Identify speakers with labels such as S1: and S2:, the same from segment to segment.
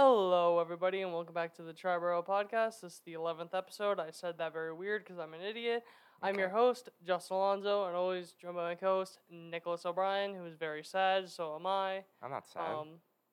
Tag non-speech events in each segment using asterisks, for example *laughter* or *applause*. S1: Hello, everybody, and welcome back to the Triborough Podcast. This is the 11th episode. I said that very weird because I'm an idiot. I'm your host, Justin Alonso, and always joined by my co host, Nicholas O'Brien, who is very sad. So am I.
S2: I'm not sad.
S1: Um,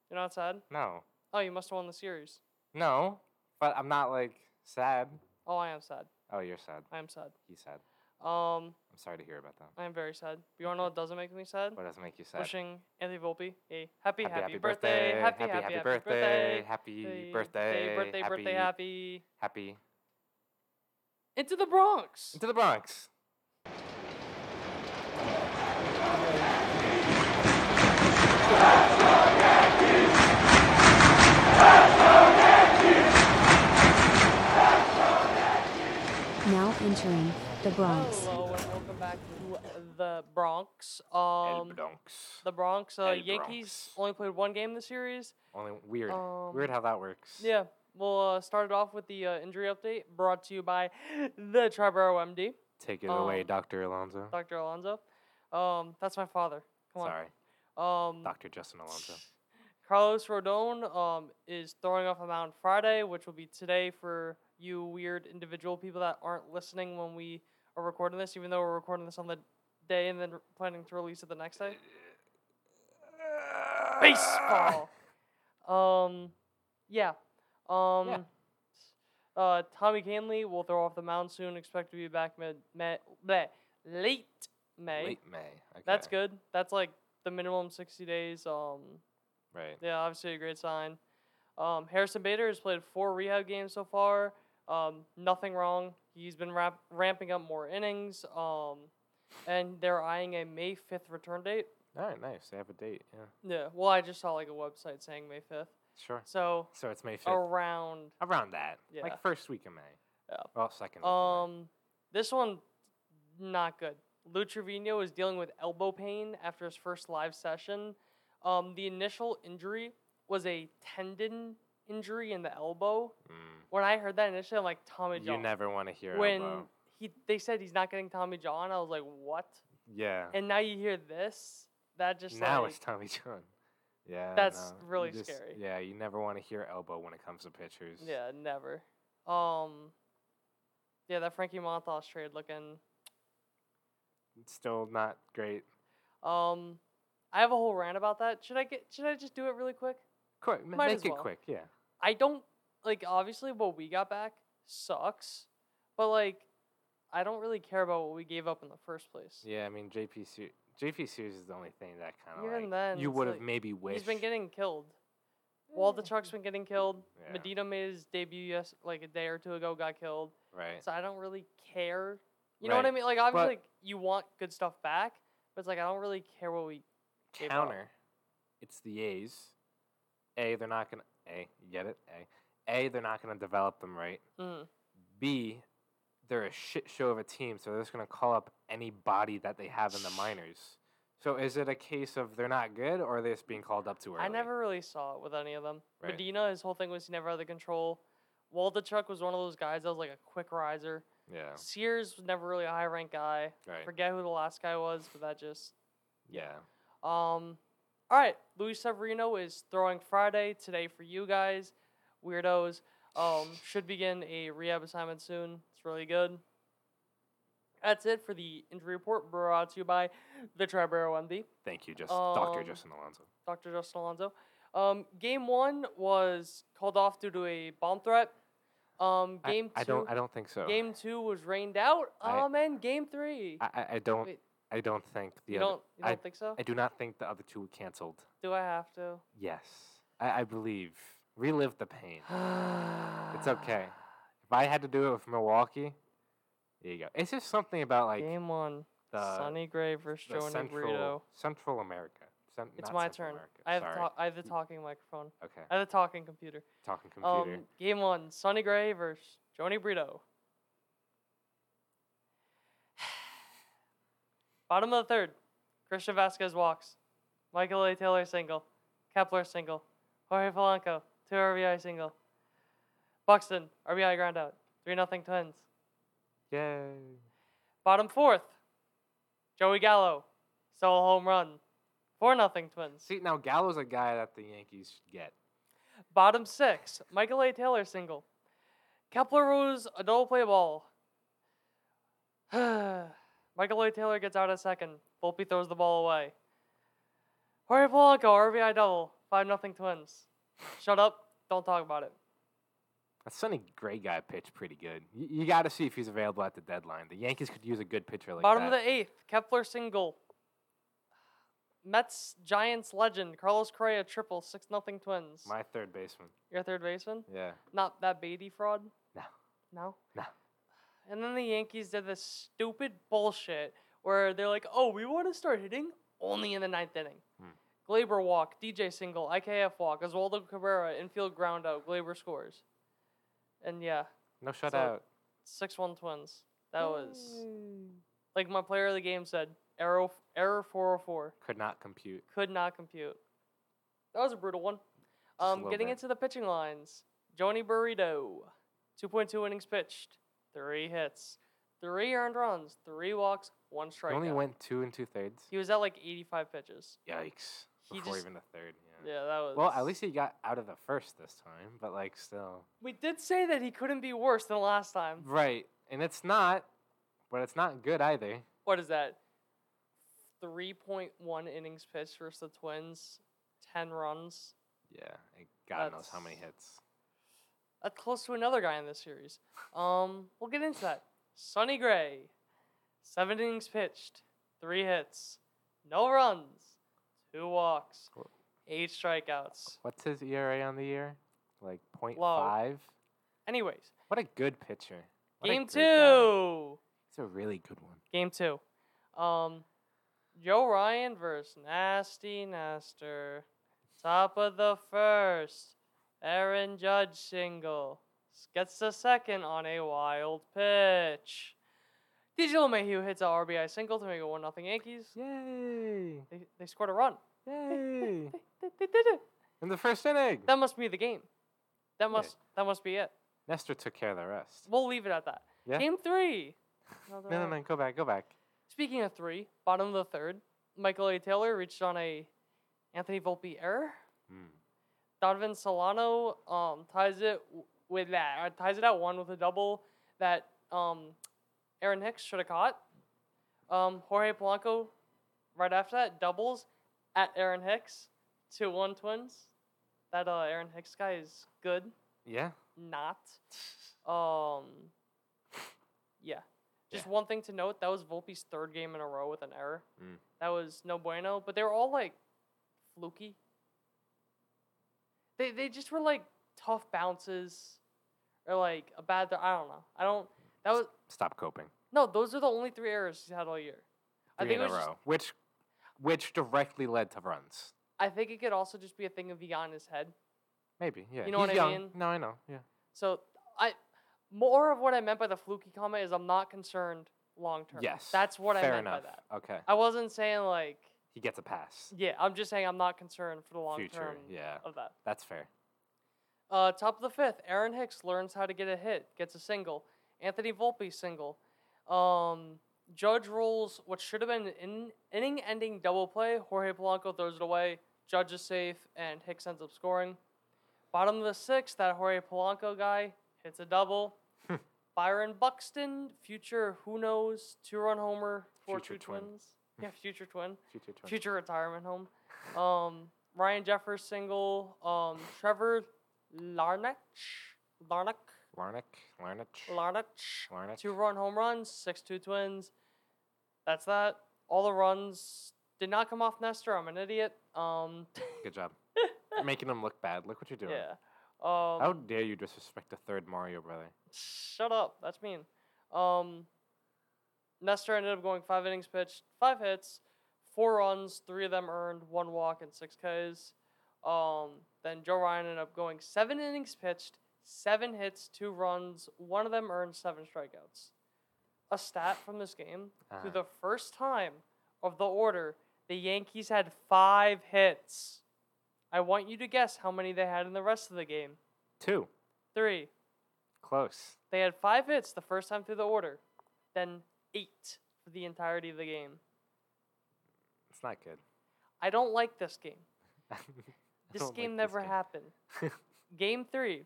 S1: you're not sad?
S2: no,
S1: Oh, you must have won the series.
S2: no, but I'm not like sad.
S1: Oh, I am sad.
S2: Oh, you're sad.
S1: I am sad.
S2: He's sad.
S1: Um,
S2: I'm sorry to hear about that.
S1: I am very sad. But you want to know what doesn't make me sad?
S2: What does it make you sad?
S1: Wishing Anthony Volpe a happy, happy, birthday.
S2: Happy, happy, birthday. Happy
S1: Happy
S2: birthday.
S1: Happy birthday, birthday, happy.
S2: Happy.
S1: Into the Bronx.
S2: Into the Bronx.
S3: Now entering the Bronx.
S1: Hello and welcome back to the Bronx. Um,
S2: El Bronx.
S1: the Bronx uh,
S2: El
S1: Yankees
S2: Bronx.
S1: only played one game this series.
S2: Only weird.
S1: um,
S2: weird how that works.
S1: Yeah, we'll uh, start it off with the uh, injury update brought to you by the Triborough MD,
S2: Take it away,
S1: um,
S2: Dr. Alonso.
S1: Dr. Alonso. Um, that's my father. Come on.
S2: Sorry,
S1: Um,
S2: Dr. Justin Alonso.
S1: Carlos Rodon um, is throwing off the mound Friday, which will be today for you weird individual people that aren't listening when we are recording this, even though we're recording this on the day and then re- planning to release it the next day. Baseball. *laughs* um, yeah. Um, Uh, Tommy Canley will throw off the mound soon. Expect to be back mid, May, bleh, late May.
S2: Late May. Okay.
S1: That's good. That's like the minimum sixty days. Um,
S2: Right.
S1: yeah, obviously a great sign. Um, Harrison Bader has played four rehab games so far. Um, nothing wrong. He's been rap- ramping up more innings. Um, and they're eyeing a May 5th return date.
S2: All right, nice. They have a date. Yeah.
S1: Yeah, well, I just saw like a website saying May 5th.
S2: Sure.
S1: So
S2: So it's May 5th.
S1: around.
S2: around that.
S1: Yeah.
S2: Like first week of May.
S1: Yeah.
S2: Well, second. Week of
S1: Um, this one, not good. Lou Trevino is dealing with elbow pain after his first live session. Um, the initial injury was a tendon injury in the elbow.
S2: May.
S1: when I heard that initially, I'm like Tommy
S2: Mm. You
S1: John.
S2: never want to hear
S1: when
S2: elbow.
S1: he they said he's not getting Tommy John, I was like, what?
S2: Yeah.
S1: And now you hear this, that just
S2: now
S1: like,
S2: it's Tommy *laughs* John. Yeah.
S1: That's
S2: no,
S1: really
S2: you just-
S1: scary.
S2: Yeah, you never want to hear elbow when it comes to pitchers.
S1: yeah, never. Um, yeah, that Frankie Montas trade looking.
S2: It's still not great.
S1: Um, I have a whole rant about that. Should I get? Should I just do it really quick?
S2: Quick, m-
S1: Might
S2: make
S1: as
S2: it
S1: well.
S2: quick. Yeah.
S1: I don't like obviously what we got back sucks, but like I don't really care about what we gave up in the first place.
S2: Yeah, I mean JP Se- JP Sears is the only thing that kind of
S1: Even
S2: like,
S1: then,
S2: you
S1: it's
S2: would have
S1: like-
S2: maybe wished.
S1: He's been getting killed. Waldachuk's been getting killed.
S2: Yeah.
S1: Medina made his debut yes, like a day or two ago, got killed.
S2: right.
S1: So I don't really care. You know what I
S2: Right.
S1: mean? Like obviously,
S2: But-
S1: like, you want good stuff back, but it's like I don't really care what we. gave up.
S2: counter. It's the A's. A, they're not gonna A, you get it? A. A, they're not gonna develop them right.
S1: Mm.
S2: B, they're a shit show of a team, so they're just gonna call up any body that they have in the minors. So is it a case of they're not good, or are they just being called up too early?
S1: I never really saw it with any of them.
S2: Right.
S1: Medina, his whole thing was he never had the control. Waldachuk was one of those guys that was like a quick riser.
S2: Yeah.
S1: Sears was never really a high rank guy.
S2: Oh. Right.
S1: Forget who the last guy was, but that just
S2: Yeah.
S1: Um, all right, Luis Severino is throwing Friday today for you guys, weirdos.
S2: *sighs*
S1: Um, should begin a rehab assignment soon. It's really good. That's it for the injury report brought to you by the Triborough MD,
S2: Thank you, just Doctor
S1: Um,
S2: Justin Alonso.
S1: Dr. Justin Alonso. Um, game one was called off due to a bomb threat. Um,
S2: I-
S1: game
S2: I,
S1: two,
S2: don't. I don't think so.
S1: game two was rained out.
S2: I-
S1: um, and game three.
S2: I, I, I don't.
S1: Wait.
S2: I don't think the
S1: you
S2: other.
S1: don't, you don't
S2: I,
S1: think so?
S2: I do not think the other two were canceled.
S1: Do I have to?
S2: Yes, I, I believe. Relive the
S1: *sighs*
S2: pain. it's okay. If I had to do it with Milwaukee, there you go. It's just something about like
S1: game one.
S2: the
S1: Sonny Gray versus
S2: the
S1: Joe Negrito.
S2: Central, Central America. Cen-
S1: It's
S2: not
S1: my
S2: Central
S1: turn.
S2: America,
S1: I have,
S2: sorry.
S1: ta- I have the talking microphone.
S2: okay.
S1: I have the talking computer.
S2: Talking computer.
S1: Um, game one, Sonny Gray versus Joni Brito. *sighs* Bottom of the third, Christian Vasquez walks. Michael A. Taylor single. Kepler single. Jorge Polanco, two RBI single. Buxton, RBI ground out. 3 0 Twins.
S2: Yay.
S1: Bottom fourth, Joey Gallo, solo home run, four nothing Twins.
S2: See, now Gallo's a guy that the Yankees should get.
S1: Bottom six, Michael A. Taylor single. Kepler Rose, a double play ball. *sighs* Michael A. Taylor gets out at second. Volpe throws the ball away. Jorge Polanco, RBI double. 5 nothing Twins. Shut up. Don't talk about it.
S2: That Sonny Gray guy pitched pretty good. You, you got to see if he's available at the deadline. The Yankees could use a good pitcher like
S1: Bottom
S2: that.
S1: of the eighth, Kepler single. Mets Giants legend Carlos Correa triple six nothing Twins.
S2: My third baseman.
S1: Your third baseman,
S2: Yeah.
S1: not that Beatty fraud.
S2: No.
S1: No.
S2: No.
S1: And then the Yankees did this stupid bullshit where they're like, "Oh, we want to start hitting only in the ninth inning."
S2: Hmm.
S1: Glaber walk, DJ single, IKF walk, Oswaldo Cabrera infield ground out, Glaber scores, and yeah,
S2: No shutout.
S1: six one Twins. That was like my player of the game said, error error four hundred four
S2: Could not compute.
S1: could not compute. That was a brutal one.
S2: a
S1: Um,
S2: little
S1: getting
S2: bit.
S1: into the pitching lines, Johnny Burrito, 2.2 innings pitched, three hits, three earned runs, three walks, one
S2: He
S1: strikeout.
S2: only went two and two thirds.
S1: He was at like 85 pitches.
S2: Yikes.
S1: He
S2: Before
S1: just-
S2: even the third. Yeah.
S1: Yeah, that was.
S2: Well, at least he got out of the first this time, but like still.
S1: we did say that he couldn't be worse than last time.
S2: Right. And it's not, but it's not good either.
S1: What is that? 3.1 innings pitched versus the Twins, 10 runs.
S2: Yeah. And God knows how many
S1: That's-
S2: hits.
S1: That's close to another guy in this series. Um, we'll get into that. Sonny Gray, seven innings pitched, three hits, no runs, two walks,
S2: Cool.
S1: eight strikeouts.
S2: What's his ERA on the year? Like point
S1: Low.
S2: five.
S1: Anyways,
S2: What a good pitcher. What a
S1: game
S2: great
S1: two.
S2: guy. He's a really good one.
S1: Game two. Um, Joe Ryan versus Nasty Naster. Top of the first. Aaron Judge single. Gets the second on a wild pitch. DJ LeMahieu hits a RBI single to make it 1 0 Yankees.
S2: Yay!
S1: They, they scored a run.
S2: Yay!
S1: They, they did it.
S2: In the first inning,
S1: That must be the game. That must that must be it.
S2: Nestor took care of the rest.
S1: We'll leave it at that.
S2: Yeah.
S1: Game three. Another
S2: No, no,
S1: out.
S2: no, go back, go back.
S1: Speaking of three, bottom of the third, Michael A. Taylor reached on a Anthony Volpe error.
S2: Mm.
S1: Donovan Solano um, ties it w- with that, uh, ties it at one with a double that um, Aaron Hicks should have caught. Um, Jorge Polanco, right after that, doubles at Aaron Hicks, two one Twins. That uh, Aaron Hicks guy is good,
S2: Yeah.
S1: not. Um, *laughs* yeah. Just one thing to note: that was Volpe's third game in a row with an error.
S2: Mm.
S1: That was no bueno. But they were all like fluky. They they just were like tough bounces, or like a bad. I don't know. I don't. That was
S2: Stop coping.
S1: no. Those are the only three errors he's had all year. I
S2: Three
S1: think
S2: in
S1: it
S2: a
S1: was
S2: row,
S1: just-
S2: which, which directly led to runs.
S1: I think it could also just be a thing of the on his head.
S2: Maybe. Yeah.
S1: You know
S2: He's
S1: what I
S2: young.
S1: mean?
S2: No, I know. Yeah.
S1: So I more of what I meant by the fluky comment is I'm not concerned long term.
S2: Yes.
S1: that's what I
S2: fair
S1: meant
S2: enough.
S1: by that.
S2: Okay.
S1: I wasn't saying like
S2: He gets a pass.
S1: yeah. I'm just saying I'm not concerned for the long
S2: Future.
S1: term
S2: Yeah.
S1: of that.
S2: That's fair.
S1: Uh, top of the fifth, Aaron Hicks learns how to get a hit, gets a single. Anthony Volpe single. Um, Judge rolls what should have been an inning ending double play. Jorge Polanco throws it away. Judge is safe, and Hicks ends up scoring. Bottom of the sixth, that Jorge Polanco guy hits a
S2: *laughs*
S1: double. Byron Buxton, future who knows, two run homer for two
S2: Future twin.
S1: twins. Yeah, future twin
S2: Future. twin.
S1: future retirement home. Um, Ryan Jeffers single. Um, Trevor Larnach, Larnach,
S2: Larnick. Larnich.
S1: Larnach.
S2: Larnach.
S1: Two run home runs, six two twins. That's that. All the runs did not come off Nestor. I'm an idiot. Um, *laughs*
S2: Good job. Making him look bad. Look what you're doing.
S1: yeah. Um,
S2: How dare you disrespect the third Mario brother?
S1: Shut up. That's mean. Um, Nestor ended up going five innings pitched, five hits, four runs, three of them earned, one walk, and six Ks. Um, then Joe Ryan ended up going seven innings pitched, seven hits, two runs, one of them earned, seven strikeouts. A stat from this game:
S2: Uh-huh.
S1: for the first time of the order, the Yankees had five hits. I want you to guess how many they had in the rest of the game.
S2: Two.
S1: Three.
S2: Close.
S1: They had five hits the first time through the order, then eight for the entirety of the game.
S2: It's not good. *laughs*
S1: I don't like this game.
S2: I
S1: This
S2: don't like *laughs*
S1: game never happened. game three,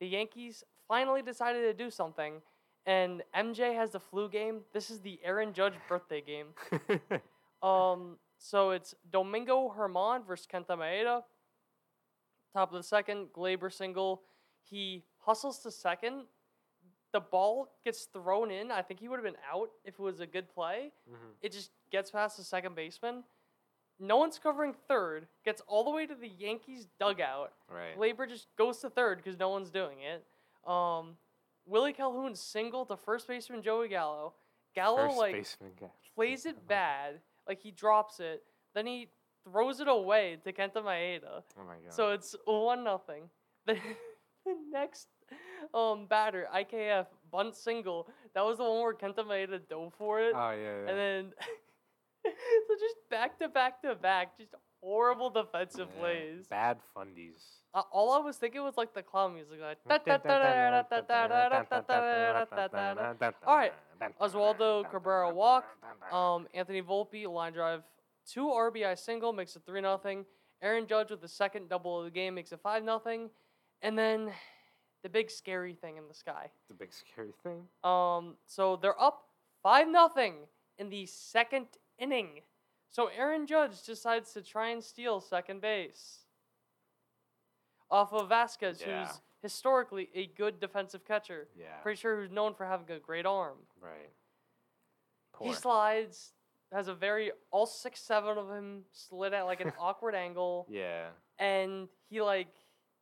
S1: the Yankees finally decided to do something, and MJ has the flu game. This is the Aaron Judge birthday game. Um, so it's Domingo Herman versus Kenta Maeda. Top of the second, Glaber single. He hustles to second. The ball gets thrown in. I think he would have been out if it was a good play.
S2: Mhm.
S1: It just gets past the second baseman. No one's covering third. Gets all the way to the Yankees dugout.
S2: Right.
S1: Glaber just goes to third because no one's doing it. Um, Willie Calhoun single to first baseman Joey Gallo. Gallo
S2: First
S1: oh, like
S2: baseman guy.
S1: plays
S2: *laughs*
S1: it bad, like he drops it, then he throws it away to Kenta Maeda.
S2: Oh my god.
S1: So it's one nothing. The, the next um batter, IKF, bunt single. That was the one where Kenta Maeda dove for it.
S2: Oh yeah. yeah.
S1: And then so just back to back to back, just horrible defensive
S2: Yeah.
S1: plays.
S2: Bad
S1: *laughs*
S2: fundies.
S1: Uh, all I was thinking was like the clown music, like Alright, Oswaldo Cabrera walk, Um, Anthony Volpe line drive, two RBI single makes it three nothing. Aaron Judge with the second double of the game makes it five nothing, and then the big scary thing in the sky.
S2: the big scary thing.
S1: Um, so they're up five nothing in the second inning. So Aaron Judge decides to try and steal second base off of Vasquez,
S2: Yeah.
S1: who's historically a good defensive catcher.
S2: Yeah.
S1: Pretty sure who's known for having a great arm.
S2: Right.
S1: He
S2: Poor.
S1: slides, has a very all six seven of him slid at like
S2: *laughs*
S1: an awkward angle,
S2: Yeah.
S1: and he like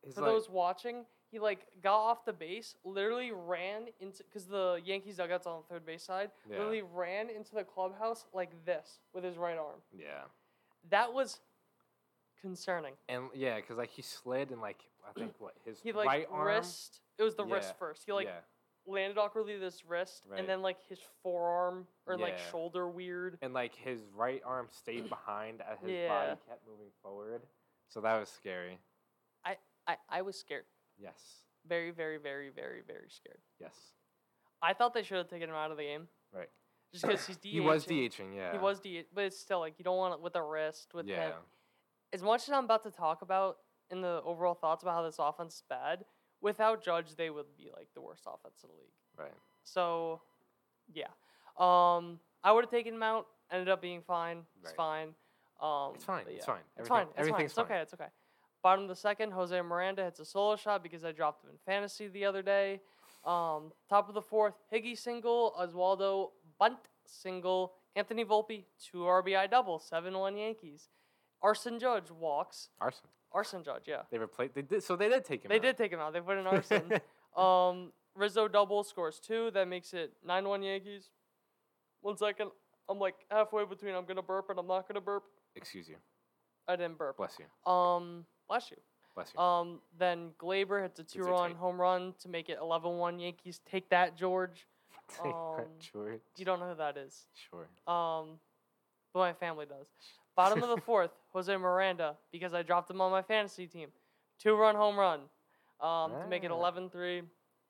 S2: He's
S1: for
S2: like,
S1: those watching, he like got off the base, literally ran into because the Yankees dugout's on the third base side,
S2: Yeah.
S1: literally ran into the clubhouse like this with his right arm.
S2: yeah.
S1: That was concerning.
S2: And yeah, because like he slid and like I
S1: *clears throat*
S2: think what his
S1: He like
S2: right arm.
S1: wrist. It was the wrist
S2: Yeah,
S1: first. He like
S2: yeah.
S1: landed awkwardly with his wrist,
S2: Right.
S1: and then like his forearm or like
S2: Yeah.
S1: shoulder weird.
S2: And like his right arm
S1: *clears throat*
S2: stayed behind as his
S1: Yeah.
S2: body kept moving forward. So that was scary.
S1: I, I was scared.
S2: Yes.
S1: Very, very, very, very, very scared.
S2: Yes.
S1: I thought they should have taken him out of the game.
S2: Right.
S1: Just because he's DH.
S2: *laughs* He was DHing. Yeah.
S1: He was DH, but it's still like you don't want it with a wrist with
S2: Yeah.
S1: him. As much as I'm about to talk about in the overall thoughts about how this offense is bad, without Judge, they would be like the worst offense in the league.
S2: Right.
S1: So, yeah, um, I would have taken him out. Ended up being fine. It's
S2: Right.
S1: fine. Um,
S2: It's fine.
S1: but yeah. It's
S2: It's fine. Everything-
S1: fine. It's fine.
S2: everything's
S1: It's okay. It's okay. Bottom of the second, Jose Miranda hits a solo shot because I dropped him in fantasy the other day. Um, top of the fourth, Higgy single, Oswaldo bunt single, Anthony Volpe two RBI double, seven one Yankees. Arson Judge walks.
S2: Arson.
S1: Arson Judge, yeah,
S2: They replaced. They did. So they did take him.
S1: they
S2: out.
S1: did take him out. They put
S2: *laughs*
S1: in Arson. um, Rizzo double scores two. That makes it nine one Yankees. One second, I'm like halfway between I'm gonna burp and I'm not gonna burp.
S2: Excuse you.
S1: I didn't burp.
S2: Bless you.
S1: Um, bless you.
S2: Bless you. *laughs*
S1: Um, then Glaber hits a
S2: are
S1: two run
S2: tight.
S1: home run to make it 11 1 Yankees. Take that, George.
S2: Take that,
S1: um,
S2: George.
S1: You don't know who that is.
S2: Sure.
S1: Um, but my family does. Bottom of
S2: *laughs*
S1: the fourth, Jose Miranda, because I dropped him on my fantasy team. Two run home run um, to make it
S2: Ah.
S1: 11 3.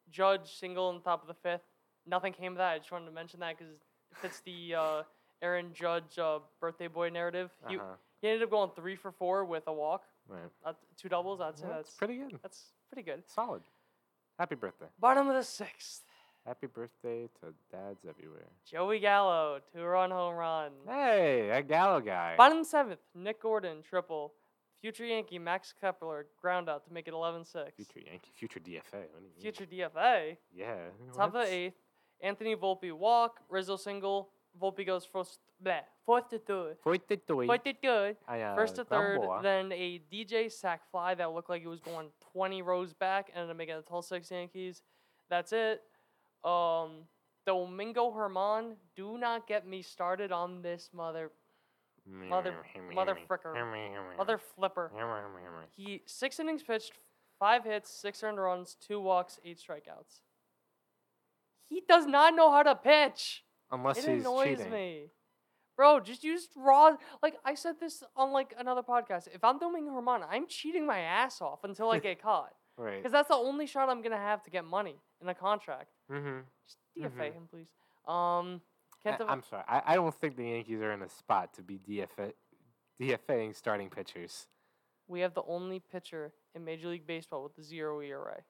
S1: Judge single in the top of the fifth. Nothing came of that. I just wanted to mention that because it fits the uh, Aaron Judge uh, birthday boy narrative. He,
S2: Uh-huh.
S1: he ended up going three for four with a walk,
S2: Right.
S1: uh, two doubles. I'd say
S2: Well,
S1: that's,
S2: that's pretty good.
S1: that's pretty good.
S2: Solid. Happy birthday.
S1: Bottom of the sixth,
S2: Happy birthday to dads everywhere.
S1: Joey Gallo, two run home run.
S2: Hey, that Gallo guy.
S1: Bottom of the seventh, Nick Gordon, triple. Future Yankee Max Kepler, ground out to make it 11 6.
S2: Future Yankee. Future DFA. What do you mean?
S1: Future DFA,
S2: Yeah.
S1: top of
S2: what?
S1: the eighth, Anthony Volpe walk, Rizzo single. Volpe goes first, bleh, fourth to third.
S2: Forty three.
S1: Fourth to third,
S2: Ay, ah,
S1: first to third,
S2: Gamboa.
S1: then a DJ sack fly that looked like it was going 20 rows back, ended up making the 12 6 Yankees. That's it. Um, Domingo Herman, do not get me started on this mother, mother- motherfricker. mother flipper. He six innings pitched, five hits, six earned runs, two walks, eight strikeouts. He does not know how to pitch.
S2: Unless
S1: It
S2: he's
S1: annoys
S2: cheating.
S1: me. Bro, just use raw. Like I said this on like another podcast. If I'm Domingo Herman, I'm cheating my ass off until I get
S2: *laughs*
S1: caught,
S2: Right.
S1: because that's the only shot I'm gonna have to get money in a contract.
S2: Mm-hmm.
S1: Just DFA
S2: Mhm.
S1: him, please. Um,
S2: I,
S1: can't the-
S2: I'm sorry. I, I don't think the Yankees are in a spot to be DFA, DFAing starting pitchers.
S1: we have the only pitcher in Major League Baseball with the zero E ERA.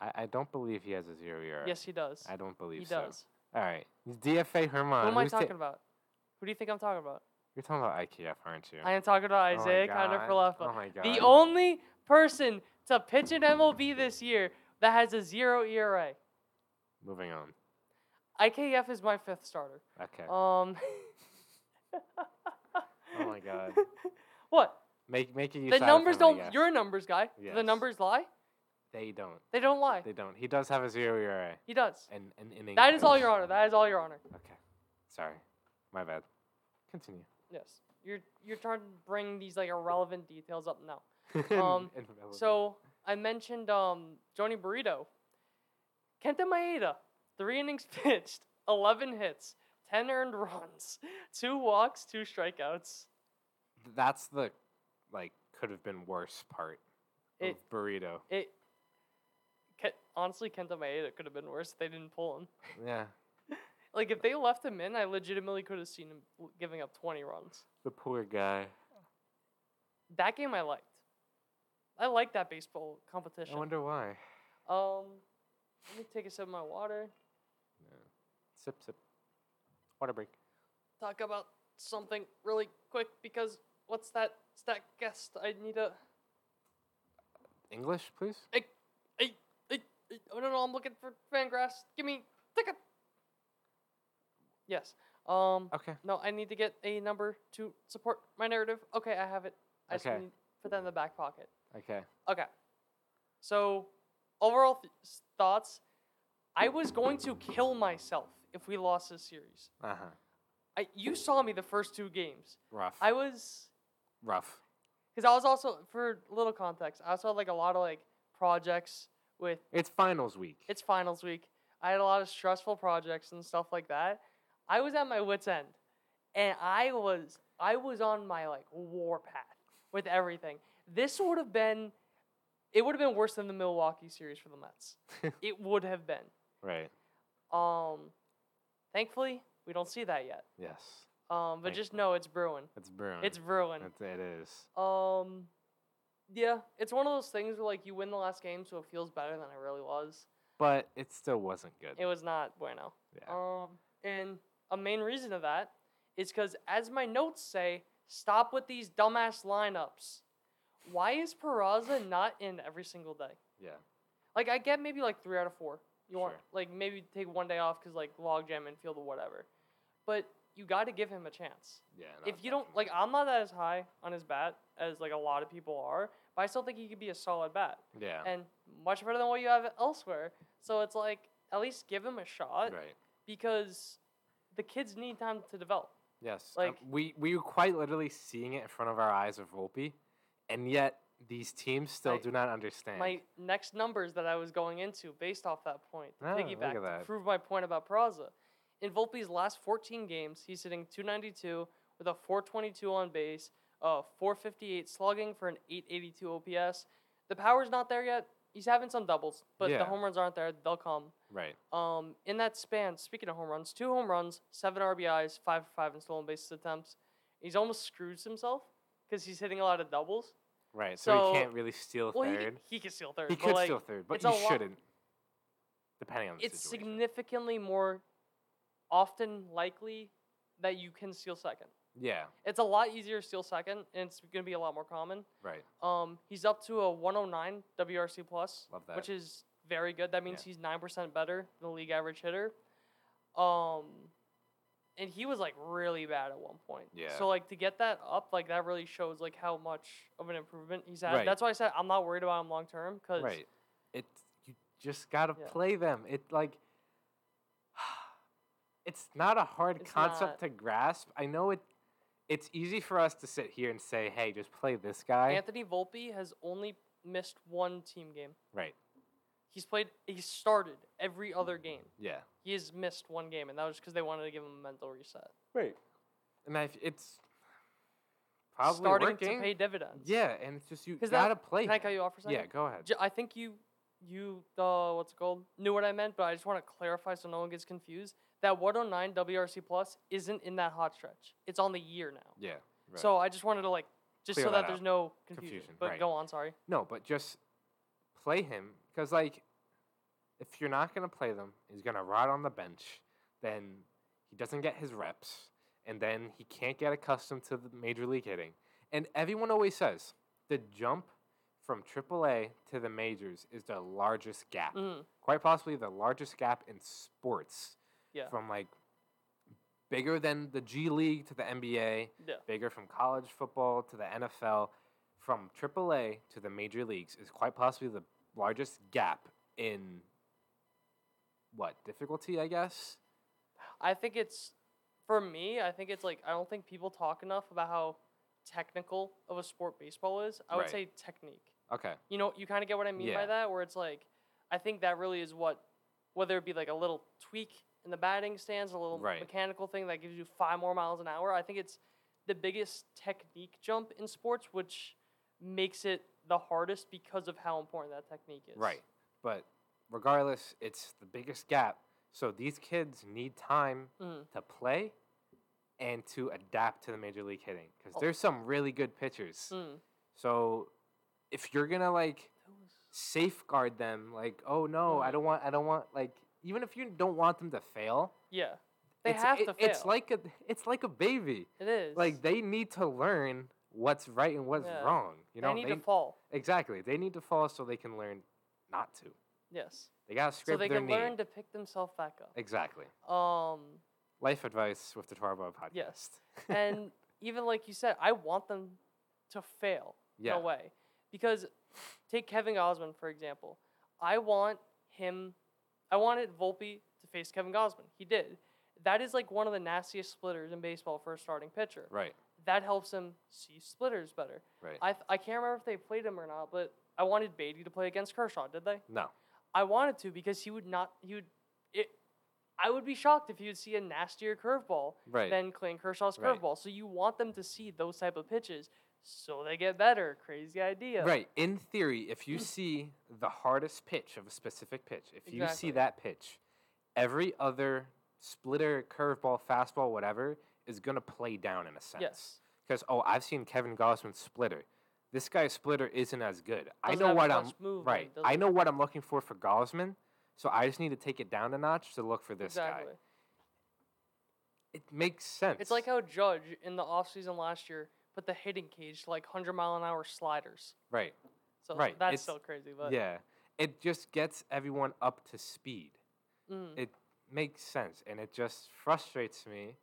S2: I, I don't believe he has a zero ERA.
S1: Yes, he does.
S2: I don't believe
S1: he
S2: so.
S1: does.
S2: All right, DFA Herman.
S1: Who am I
S2: who's ta-
S1: talking about? Who do you think I'm talking about?
S2: You're talking about IKF, aren't you?
S1: I am talking about
S2: Oh my
S1: Isaiah Conner
S2: God.
S1: for left.
S2: Oh my god.
S1: the only person to pitch in MLB this year that has a zero ERA.
S2: Moving on.
S1: IKF is my fifth starter.
S2: Okay.
S1: Um.
S2: Oh my god.
S1: *laughs* What?
S2: Make make it. you
S1: The
S2: side of
S1: numbers
S2: him, I
S1: don't.
S2: guess.
S1: You're a numbers guy. Do The
S2: Yes.
S1: numbers lie.
S2: They don't.
S1: They don't lie.
S2: They don't. He does have a zero ERA.
S1: he does.
S2: And an inning.
S1: That is all
S2: pitched.
S1: your honor. That is all your honor.
S2: Okay. Sorry. My bad. Continue. *laughs*
S1: Yes. You're you're trying to bring these like irrelevant details up now.
S2: In- in relevant.
S1: Um, So I mentioned um Joni Burrito. Kenta Maeda, three innings *laughs* pitched, eleven hits, ten earned runs, *laughs* two walks, two strikeouts.
S2: Th- that's the like could have been worse part
S1: It-
S2: of burrito.
S1: It Ke- honestly Kenta Maeda could have been worse if they didn't pull him.
S2: Yeah.
S1: Like if they left him in, I legitimately could have seen him w- giving up twenty runs.
S2: The poor guy.
S1: That game I liked. I liked that baseball competition.
S2: I wonder why.
S1: Um, let me take a sip of my water.
S2: Sip sip. Water break.
S1: Talk about something really quick because what's that? It's that guest. I need a.
S2: English, please?
S1: I, I, I, oh no, no, I'm looking for Fangrass. Give me ticket. Yes. Um.
S2: Okay.
S1: No, I need to get a number to support my narrative. Okay, I have it. I just
S2: Okay.
S1: need to put that in the back pocket.
S2: Okay.
S1: Okay. So, overall th- s- thoughts. I was going to kill myself if we lost this series.
S2: Uh-huh.
S1: I you saw me the first two games.
S2: Rough.
S1: I was
S2: Rough.
S1: because I was also for little context. I also had like a lot of like projects with
S2: It's finals week.
S1: it's finals week. I had a lot of stressful projects and stuff like that. I was at my wits end, and I was I was on my like war path with everything. This would have been it would have been worse than the Milwaukee series for the Mets. it would have been.
S2: right.
S1: Um, thankfully we don't see that yet.
S2: Yes.
S1: Um, but just know it's brewing.
S2: It's brewing.
S1: It's brewing.
S2: It's, it is.
S1: Um, yeah, it's one of those things where like you win the last game, so it feels better than it really was.
S2: But it still wasn't good.
S1: It was not bueno.
S2: yeah.
S1: Um, and a main reason of that is because, as my notes say, stop with these dumbass lineups. Why is Peraza not in every single day?
S2: yeah.
S1: Like I get maybe like three out of four. You want
S2: Sure.
S1: like maybe take one day off because like logjam infield or whatever, but you got to give him a chance.
S2: Yeah. no,
S1: if you don't
S2: definitely.
S1: like I'm not as high on his bat as like a lot of people are, but I still think he could be a solid bat
S2: Yeah.
S1: and much better than what you have elsewhere. So it's like at least give him a shot
S2: right.
S1: because the kids need time to develop.
S2: Yes.
S1: like-
S2: um, we we were quite literally seeing it in front of our eyes with Volpe, and yet these teams still
S1: My-
S2: do not understand.
S1: My next numbers that I was going into based off that point, to
S2: Ah, look
S1: piggyback
S2: at
S1: to
S2: that.
S1: prove my point about Peraza. In Volpe's last 14 games, he's hitting 292 with a 422 on base, uh, 458 slugging for an 882 OPS. The power's not there yet. He's having some doubles, but
S2: Yeah.
S1: the home runs aren't there. They'll come.
S2: right.
S1: Um, in that span, speaking of home runs, two home runs, seven RBIs, five for five in stolen bases attempts. He's almost screws himself because he's hitting a lot of doubles.
S2: Right. So,
S1: So-
S2: he can't really steal
S1: Well, he,
S2: third.
S1: could- he could steal third.
S2: He
S1: but,
S2: could
S1: like,
S2: steal third, but
S1: it's
S2: he
S1: a lot-
S2: shouldn't. Depending on the
S1: It's
S2: situation.
S1: significantly more often likely that you can steal second.
S2: yeah.
S1: It's a lot easier to steal second, and it's going to be a lot more common.
S2: Right.
S1: Um, he's up to a 109 WRC plus,
S2: Love that.
S1: which is very good. That means he's nine percent better than the league average hitter. Um, and he was like really bad at one point.
S2: Yeah.
S1: So like to get that up, like that really shows like how much of an improvement he's had.
S2: Right.
S1: That's why I said I'm not worried about him long term because
S2: Right. It you just gotta
S1: Yeah.
S2: play them. It like *sighs* it's not a hard
S1: It's not.
S2: concept to grasp. I know it. It's easy for us to sit here and say, "Hey, just play this guy."
S1: Anthony Volpe has only missed one team game.
S2: Right.
S1: He's played. He started every other game.
S2: Yeah.
S1: He has missed one game, and that was because they wanted to give him a mental reset.
S2: Right. And I, it's probably
S1: Starting
S2: working.
S1: to pay dividends.
S2: yeah, and it's just you
S1: 'Cause that-
S2: gotta play.
S1: Can I
S2: him.
S1: cut you off for a second?
S2: Yeah, go ahead.
S1: J- I think you you uh what's it called knew what I meant, but I just want to clarify so no one gets confused. That 109 WRC plus isn't in that hot stretch. It's on the year now.
S2: yeah. Right.
S1: So I just wanted to like Just
S2: clear
S1: so
S2: that
S1: that, there's
S2: up.
S1: no confusion.
S2: Confusion,
S1: But
S2: right.
S1: go on, sorry.
S2: No, but just play him because, like, if you're not gonna play them, he's gonna rot on the bench. Then he doesn't get his reps, and then he can't get accustomed to the major league hitting. And everyone always says the jump from AAA to the majors is the largest gap,
S1: Mm,
S2: quite possibly the largest gap in sports.
S1: Yeah.
S2: From like bigger than the G League to the NBA
S1: yeah.
S2: bigger from college football to the NFL, from AAA to the major leagues is quite possibly the largest gap in what difficulty, I guess.
S1: I think it's for me, I think it's like I don't think people talk enough about how technical of a sport baseball is. I would
S2: Right.
S1: say technique.
S2: Okay,
S1: You know, you kind of get what I mean
S2: Yeah.
S1: by that where it's like I think that really is what whether it be like a little tweak in the batting stance, a little
S2: Right.
S1: mechanical thing that gives you 5 more miles an hour. I think it's the biggest technique jump in sports which makes it the hardest because of how important that technique is.
S2: right. But regardless, it's the biggest gap. So these kids need time
S1: Mhm.
S2: to play and to adapt to the major league hitting because
S1: Oh.
S2: there's some really good pitchers.
S1: Mm.
S2: So if you're gonna like safeguard them like oh no i
S1: Mm.
S2: don't want i don't want like even if you don't want them to fail
S1: Yeah. They
S2: it's,
S1: have
S2: it-
S1: to fail.
S2: it's like a it's like a baby
S1: it is.
S2: like they need to learn what's right and what's
S1: Yeah.
S2: wrong you know
S1: they need to fall.
S2: exactly they need to fall so they can learn not to
S1: Yes.
S2: they gotta
S1: so
S2: scrape
S1: they
S2: their
S1: can
S2: knee
S1: learn to pick themselves back up.
S2: exactly
S1: Um,
S2: life advice with the Torbo podcast *laughs*
S1: Yes. and even like you said, I want them to fail
S2: yeah
S1: in a way because take Kevin Gosman for example. I want him. I wanted Volpe to face Kevin Gosman. He did. That is like one of the nastiest splitters in baseball for a starting pitcher.
S2: right
S1: That helps him see splitters better.
S2: right
S1: I, th- I can't remember if they played him or not, but I wanted Beatty to play against Kershaw. Did they?
S2: no
S1: I wanted to because he would not. He would. It. I would be shocked if you would see a nastier curveball
S2: right
S1: than Clayton Kershaw's
S2: Right.
S1: curveball. So you want them to see those type of pitches so they get better. Crazy idea.
S2: Right. In theory, if
S1: Mm.
S2: you see the hardest pitch of a specific pitch, if you
S1: Exactly.
S2: see that pitch, every other splitter, curveball, fastball, whatever, is going to play down in a sense.
S1: Yes.
S2: Because, oh, I've seen Kevin Gossman's splitter. This guy's splitter isn't as good. I
S1: Doesn't
S2: know
S1: have
S2: what
S1: as
S2: I'm
S1: much movement,
S2: right.
S1: doesn't
S2: I
S1: it?
S2: know what I'm looking for for Gossman, so I just need to take it down a notch to look for this
S1: Exactly.
S2: guy. It makes sense.
S1: It's like how Judge in the offseason last year put the hitting cage to like 100 mile an hour sliders.
S2: right.
S1: So
S2: Right,
S1: that's
S2: it's-
S1: still crazy, but
S2: yeah. It just gets everyone up to speed.
S1: mm,
S2: it makes sense and it just frustrates me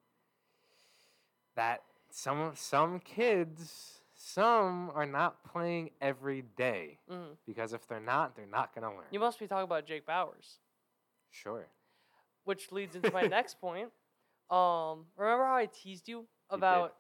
S2: that some some kids some are not playing every day
S1: mm.
S2: because if they're not they're not going to learn
S1: you must be talking about Jake Bowers.
S2: sure
S1: which leads into
S2: *laughs*
S1: my next point. Um, remember how I teased you
S2: did.
S1: about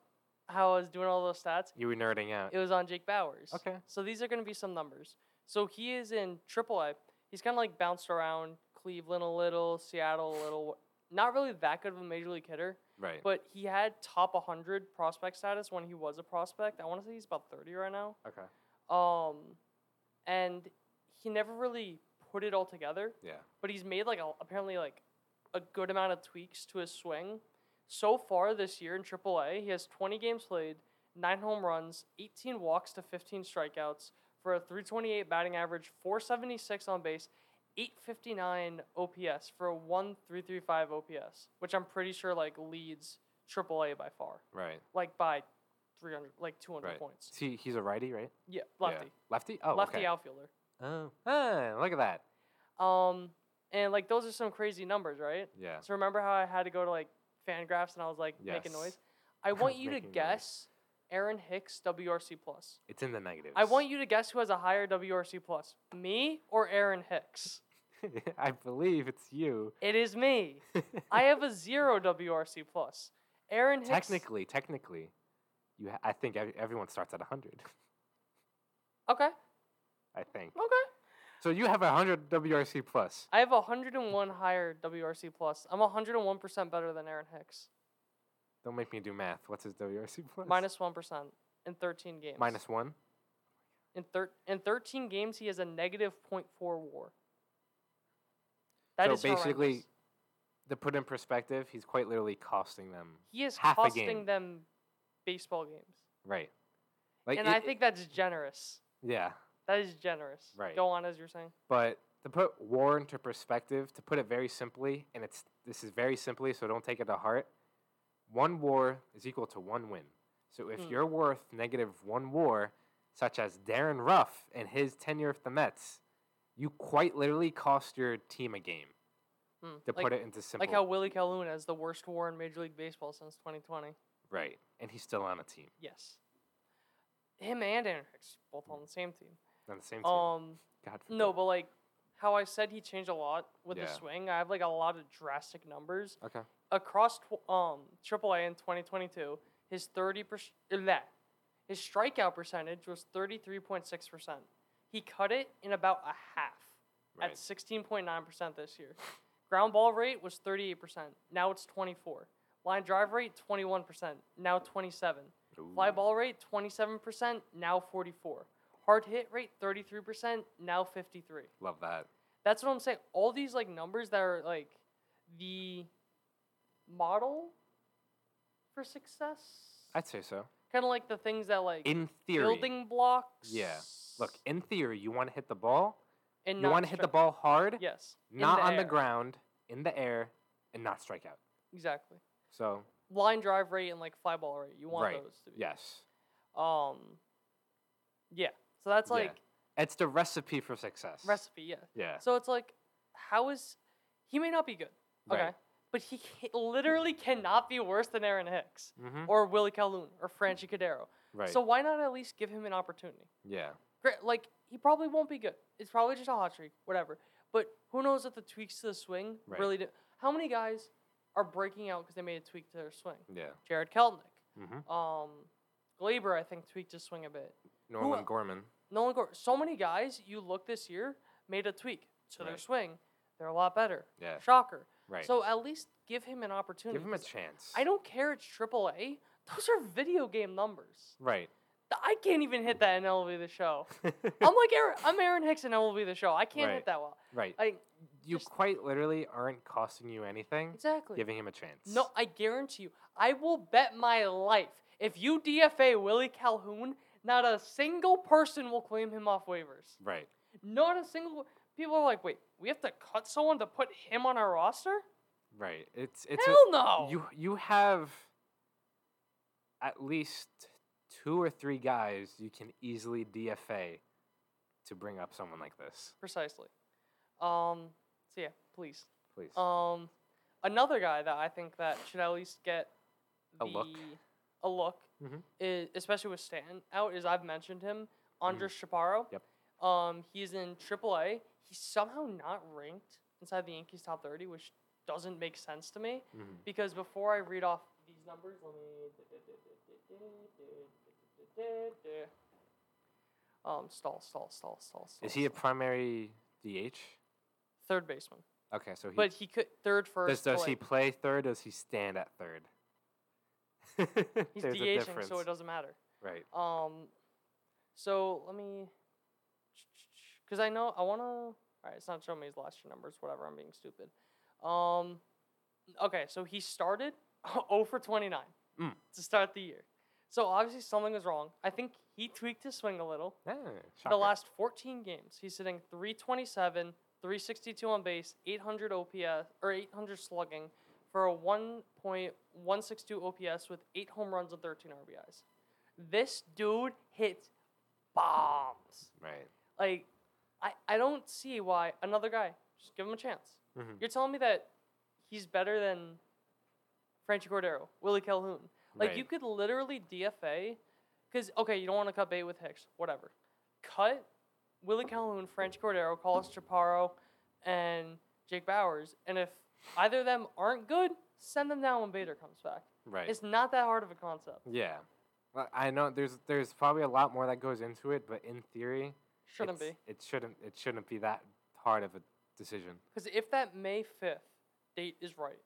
S1: how I was doing all those stats?
S2: you were nerding out
S1: It was on Jake Bowers.
S2: Okay.
S1: So these are going to be some numbers. So he is in AAA. He's kind of like bounced around Cleveland a little, Seattle a little. Not really that good of a major league hitter,
S2: right
S1: but he had top 100 prospect status when he was a prospect. I want to say he's about 30 right now.
S2: okay
S1: Um, and he never really put it all together
S2: yeah
S1: but he's made like a, apparently like a good amount of tweaks to his swing. So far this year in AAA, he has 20 games played, nine home runs, 18 walks to 15 strikeouts for a 328 batting average, 476 on base, 859 OPS for a 1335 OPS, which I'm pretty sure like leads AAA by far,
S2: right
S1: like by 300, like 200
S2: Right.
S1: points.
S2: see he's a righty right
S1: Yeah,
S2: Yeah.
S1: lefty,
S2: lefty oh
S1: lefty
S2: okay.
S1: outfielder.
S2: oh ah, look at that
S1: Um, and like those are some crazy numbers, right?
S2: yeah
S1: So remember how I had to go to like Fangraphs and I was like making noise.
S2: Yes. *laughs*
S1: I want you to
S2: Making noise.
S1: guess Aaron Hicks WRC plus.
S2: it's in the negatives
S1: I want you to guess who has a higher WRC plus, me or Aaron Hicks.
S2: *laughs* i believe it's you
S1: It is me.
S2: *laughs*
S1: I have a zero WRC plus. Aaron Hicks.
S2: technically technically you ha- i think ev- everyone starts at 100
S1: Okay.
S2: *laughs* i think
S1: Okay.
S2: So you have a 100 WRC plus.
S1: I have 101 higher WRC plus. I'm 101 percent better than Aaron Hicks.
S2: Don't make me do math. What's his WRC plus?
S1: Minus one percent in 13 games.
S2: minus one.
S1: In, thir- in 13 games, he has a negative 0.4 war. That
S2: So
S1: is horrendous.
S2: basically- To put in perspective, he's quite literally costing them.
S1: he is
S2: half a
S1: costing
S2: game.
S1: them baseball games.
S2: Right. Like,
S1: and
S2: it-
S1: I
S2: it-
S1: think that's generous.
S2: yeah,
S1: That is generous.
S2: Right.
S1: Go on as you're saying.
S2: but to put war into perspective, to put it very simply, and it's this is very simply, so don't take it to heart. One war is equal to one win. So if
S1: Mm.
S2: you're worth negative one war, such as Darren Ruff and his tenure with the Mets, you quite literally cost your team a game.
S1: Hmm.
S2: To
S1: like,
S2: put it into simple,
S1: like how Willie Calhoun has the worst war in Major League Baseball since 2020.
S2: right, and he's still on a team,
S1: Yes. Him and Aaron Hicks both on the same team.
S2: on the same team.
S1: Um,
S2: God forbid.
S1: no, but like how I said, he changed a lot with the
S2: Yeah.
S1: swing. I have like a lot of drastic numbers
S2: Okay.
S1: across tw- um AAA in 2022. His 30 that his strikeout percentage was 33.6 percent. He cut it in about a half.
S2: Right.
S1: at 16.9% this year. Ground ball rate was 38%. Now it's 24. Line drive rate 21%. Now 27. Fly
S2: Ooh.
S1: ball rate 27%. Now 44. Hard hit rate 33%. Now 53.
S2: Love that.
S1: That's what I'm saying. All these like numbers that are like the model for success.
S2: I'd say so.
S1: Kind of like the things that like
S2: In theory,
S1: building blocks.
S2: Yeah. look. In theory, you want to hit the ball.
S1: and
S2: you
S1: not
S2: want to hit the
S1: strike-
S2: ball hard,
S1: Yes. in
S2: not on the
S1: air.
S2: ground, in the air, and not strike out.
S1: Exactly.
S2: So
S1: line drive rate and like fly ball rate. You want
S2: Right,
S1: those to be.
S2: yes,
S1: Um. Yeah. So that's
S2: Yeah.
S1: like
S2: it's the recipe for success.
S1: recipe. Yeah.
S2: yeah,
S1: So it's like, how is he may not be good. Okay.
S2: Right.
S1: But he ca literally cannot be worse than Aaron Hicks
S2: hmm
S1: or Willie Calhoun or Franchi Cadero.
S2: Mm-hmm. right.
S1: So why not at least give him an opportunity?
S2: yeah,
S1: Great. Like he probably won't be good. It's probably just a hot streak, whatever. But who knows if the tweaks to the swing
S2: Right.
S1: really? Do- how many guys are breaking out because they made a tweak to their swing?
S2: yeah.
S1: Jared Kelnick,
S2: Mm-hmm.
S1: um, Glaber, I think, tweaked his swing a bit.
S2: Norman
S1: el-
S2: Gorman.
S1: Nolan Gor- so many guys you look this year made a tweak to their
S2: Right.
S1: swing. They're a lot better.
S2: Yeah,
S1: Shocker.
S2: right.
S1: So at least give him an opportunity.
S2: give him a
S1: 'cause
S2: chance.
S1: I don't care it's AAA. Those are video game numbers.
S2: Right.
S1: Th- I can't even hit that in MLB The
S2: *laughs*
S1: Show. I'm like Aaron, I'm Aaron Hicks in MLB The Show. I can't
S2: Right.
S1: hit that well.
S2: right.
S1: I
S2: you
S1: just-
S2: quite literally aren't costing you anything.
S1: exactly.
S2: Giving him a chance.
S1: No, I guarantee you, I will bet my life if you DFA Willie Calhoun, not a single person will claim him off waivers.
S2: Right.
S1: Not a single. People are like, wait, we have to cut someone to put him on our roster?
S2: Right. It's it's a-
S1: Hell no.
S2: You you have at least two or three guys you can easily DFA to bring up someone like this.
S1: Precisely. Um. So yeah, please.
S2: Please.
S1: Um, another guy that I think that should at least get
S2: A look.
S1: the- a look,
S2: Mhm.
S1: i- especially with Stan out, is I've mentioned him, Andres Chaparro.
S2: Mm. Yep.
S1: Um, he's in AAA. He's somehow not ranked inside the Yankees top thirty, which doesn't make sense to me
S2: Mhm.
S1: because before I read off these numbers, let me. Um, stall, stall, stall, stall, stall.
S2: Is he a
S1: stall.
S2: primary DH?
S1: third baseman?
S2: Okay, so he
S1: But he could third
S2: does
S1: first.
S2: does
S1: but,
S2: he
S1: like,
S2: play third? Does he stand at third? *laughs*
S1: He's
S2: There's a
S1: DHing,
S2: difference,
S1: so it doesn't matter.
S2: right?
S1: Um, so let me, because I know I want to. All right, it's not showing me his last year numbers. Whatever, I'm being stupid. Um, okay, so he started *laughs* 0 for 29
S2: Mm.
S1: to start the year. So obviously something was wrong. I think he tweaked his swing a little.
S2: Ah,
S1: The
S2: shocker.
S1: last 14 games, he's hitting 327, 362 on base, 800 OPS or 800 slugging for a 1.162 OPS with 8 home runs and 13 RBIs. This dude hits bombs.
S2: right?
S1: Like I I don't see why another guy just give him a chance.
S2: Mhm.
S1: You're telling me that he's better than Franchi Cordero, Willie Calhoun. Like
S2: Right.
S1: you could literally DFA because okay, you don't want to cut bait with Hicks, whatever. Cut Willie Calhoun, Franchi Cordero, Carlos Chaparro, and Jake Bowers, and if either of them aren't good, send them down when Bader comes back.
S2: Right.
S1: It's not that hard of a concept.
S2: yeah. Well, I know there's there's probably a lot more that goes into it, but in theory,
S1: Shouldn't be.
S2: it's- It shouldn't. It shouldn't be that hard of a decision.
S1: Because if that May 5th date is right,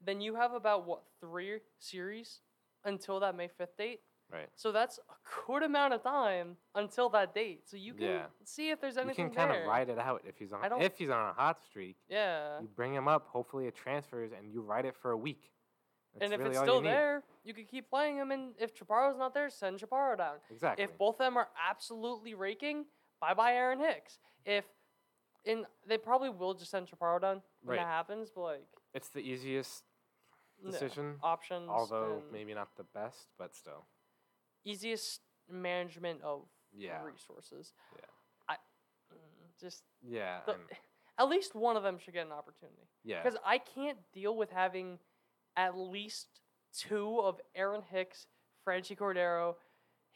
S1: then you have about, what, three series until that May 5th date?
S2: Right.
S1: So that's a good amount of time until that date. So you can
S2: Yeah.
S1: see if there's
S2: You
S1: anything
S2: can kind
S1: there.
S2: of ride it out if he's
S1: I
S2: on
S1: don't-
S2: if he's on a hot streak.
S1: yeah.
S2: You bring him up, hopefully it transfers, and you ride it for a week, That's
S1: and if
S2: really
S1: it's
S2: all
S1: still
S2: you need.
S1: there, you could keep playing him. And if Chaparro's not there, send Chaparro down.
S2: exactly.
S1: If both of them are absolutely raking, bye bye Aaron Hicks. If and they probably will just send Chaparro down when
S2: Right.
S1: that happens, but like
S2: it's the easiest
S1: no.
S2: decision,
S1: options,
S2: although
S1: and
S2: maybe not the best, but still.
S1: easiest management of
S2: Yeah.
S1: resources.
S2: Yeah.
S1: I mm, just
S2: Yeah.
S1: the,
S2: and-
S1: *laughs* at least one of them should get an opportunity.
S2: yeah.
S1: Because I can't deal with having at least two of Aaron Hicks, Franchi Cordero,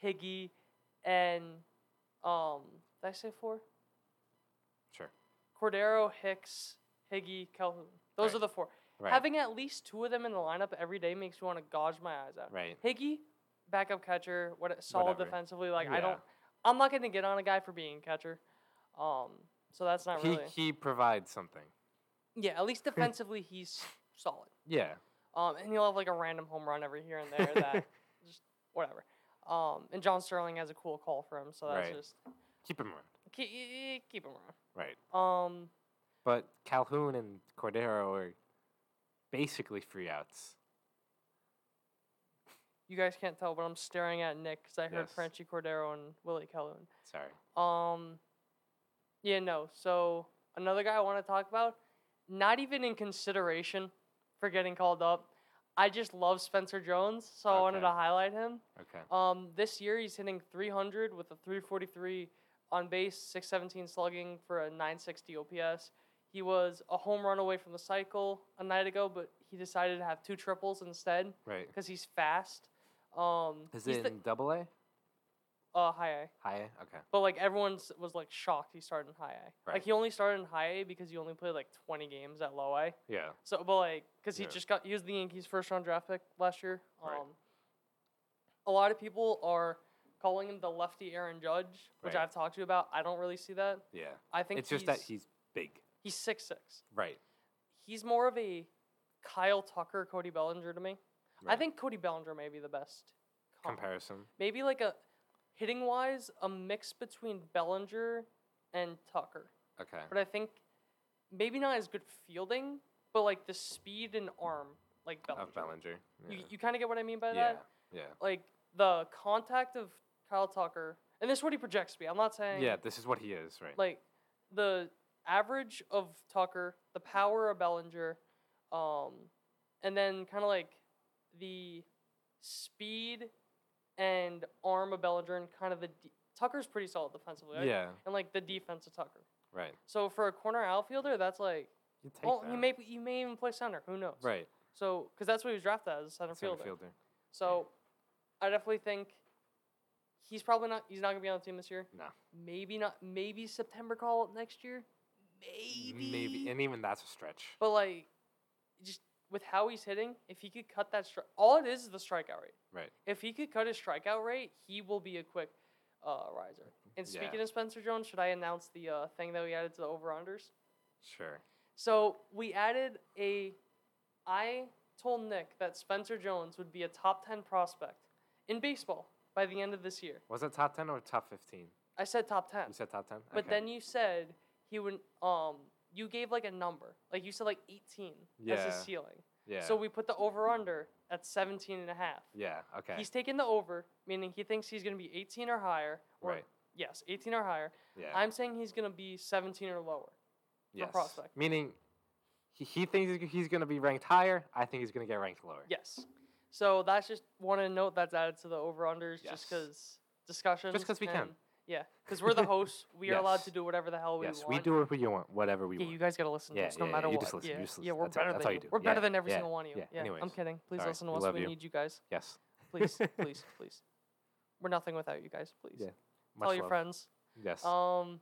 S1: Higgy, and um did I say four?
S2: Sure.
S1: Cordero, Hicks, Higgy, Calhoun. Those
S2: Right.
S1: are the four.
S2: Right.
S1: Having at least two of them in the lineup every day makes me want to gouge my eyes out.
S2: right.
S1: Higgy, backup catcher, what solid
S2: Whatever.
S1: defensively. Like
S2: Yeah.
S1: I don't I'm not gonna get on a guy for being a catcher. Um so that's not
S2: He
S1: really
S2: he provides something.
S1: Yeah, at
S2: *laughs*
S1: least defensively he's solid.
S2: Yeah.
S1: Um, and he'll have like a random home run every here and
S2: *laughs*
S1: there that just whatever. Um, and John Sterling has a cool call for him, so that's
S2: Right.
S1: just
S2: Keep him around.
S1: keep, keep him around.
S2: Right.
S1: Um,
S2: But Calhoun and Cordero are basically free outs.
S1: you guys can't tell, but I'm staring at Nick because I heard
S2: Yes.
S1: Franchi Cordero and Willie Calhoun.
S2: Sorry.
S1: Um, yeah, no. So another guy I want to talk about, not even in consideration for getting called up. I just love Spencer Jones, so I wanted
S2: Okay.
S1: to highlight him.
S2: Okay.
S1: Um, this year he's hitting 300 with a 343 on base, 617 slugging for a 960 OPS. He was a home run away from the cycle a night ago, but he decided to have two triples instead
S2: Right.
S1: because he's fast. Um,
S2: Is
S1: he's
S2: it
S1: the-
S2: in double A?
S1: uh, high A,
S2: High A? Okay.
S1: but like everyone s- was like shocked he started in high A.
S2: Right.
S1: Like he only started in high A because he only played like 20 games at low A.
S2: Yeah.
S1: So, but like, because he
S2: Yeah.
S1: just got he was the Yankees' first round draft pick last year. Um,
S2: Right.
S1: A lot of people are calling him the lefty Aaron Judge, which
S2: Right.
S1: I've talked to you about. I don't really see that.
S2: Yeah.
S1: I think
S2: It's just that
S1: he's-
S2: he's big.
S1: he's six six.
S2: Right.
S1: He's more of a Kyle Tucker, Cody Bellinger to me. I
S2: Right.
S1: think Cody Bellinger may be the best comp.
S2: comparison.
S1: Maybe like a hitting wise, a mix between Bellinger and Tucker.
S2: Okay.
S1: But I think maybe not as good fielding, but like the speed and arm like
S2: Of Bellinger. Yeah.
S1: You, you kind of get what I mean by
S2: yeah.
S1: that?
S2: Yeah.
S1: Like the contact of Kyle Tucker, and this is what he projects to be. I'm not saying
S2: Yeah, this is what he is, right?
S1: like the average of Tucker, the power of Bellinger, um, and then kind of like the speed and arm of Bellinger, and kind of the de- Tucker's pretty solid defensively, right?
S2: yeah,
S1: and like the defense of Tucker.
S2: right.
S1: So for a corner outfielder, that's like
S2: You take
S1: well,
S2: that.
S1: you may you may even play center. Who knows?
S2: right
S1: So because that's what he was drafted as a center
S2: center
S1: fielder.
S2: fielder.
S1: So I definitely think he's probably not he's not gonna be on the team this year.
S2: No.
S1: Maybe not maybe September call up next year. Maybe.
S2: Maybe, and even that's a stretch.
S1: but like just with how he's hitting, if he could cut that stri- all it is is the strikeout rate.
S2: Right.
S1: If he could cut his strikeout rate, he will be a quick uh, riser. And
S2: Yeah.
S1: speaking of Spencer Jones, should I announce the uh, thing that we added to the over unders?
S2: Sure.
S1: So we added a. I told Nick that Spencer Jones would be a top 10 prospect in baseball by the end of this year.
S2: Was it top ten or top fifteen?
S1: I said top 10.
S2: You said top ten.
S1: But then you said he would. Um, you gave like a number. Like you said like 18 as
S2: Yeah.
S1: his ceiling.
S2: yeah.
S1: So we put the over under at 17 and a half.
S2: yeah. Okay.
S1: He's taking the over, meaning he thinks he's going to be 18 or higher. Or,
S2: right.
S1: Yes, 18 or higher.
S2: Yeah.
S1: I'm saying he's going to be 17 or lower.
S2: yes.
S1: prospect.
S2: Meaning, he, he thinks he's- he's going to be ranked higher. I think he's going to get ranked lower.
S1: Yes. So that's just want to note that's added to the over unders just
S2: Yes.
S1: because discussions.
S2: we can.
S1: and- Yeah, because we're the
S2: *laughs*
S1: hosts. We are allowed
S2: Yes.
S1: to do whatever the hell we
S2: yes,
S1: want.
S2: we do whatever you want, whatever we
S1: Yeah,
S2: want.
S1: you guys gotta listen
S2: Yeah,
S1: to us no
S2: yeah,
S1: matter
S2: you
S1: what.
S2: just listen,
S1: yeah,
S2: you just
S1: yeah,
S2: listen.
S1: we're
S2: That's all-
S1: better
S2: that's all
S1: than
S2: you
S1: you.
S2: do.
S1: We're better
S2: Yeah,
S1: than every
S2: yeah,
S1: single one of you.
S2: yeah,
S1: I'm
S2: anyways.
S1: kidding. Please
S2: Sorry,
S1: listen to
S2: we
S1: us.
S2: love
S1: we
S2: you.
S1: need you guys.
S2: yes.
S1: Please, please,
S2: *laughs*
S1: please. We're nothing without you guys. Please
S2: Yeah, Much
S1: tell your
S2: love.
S1: friends.
S2: Yes.
S1: Um,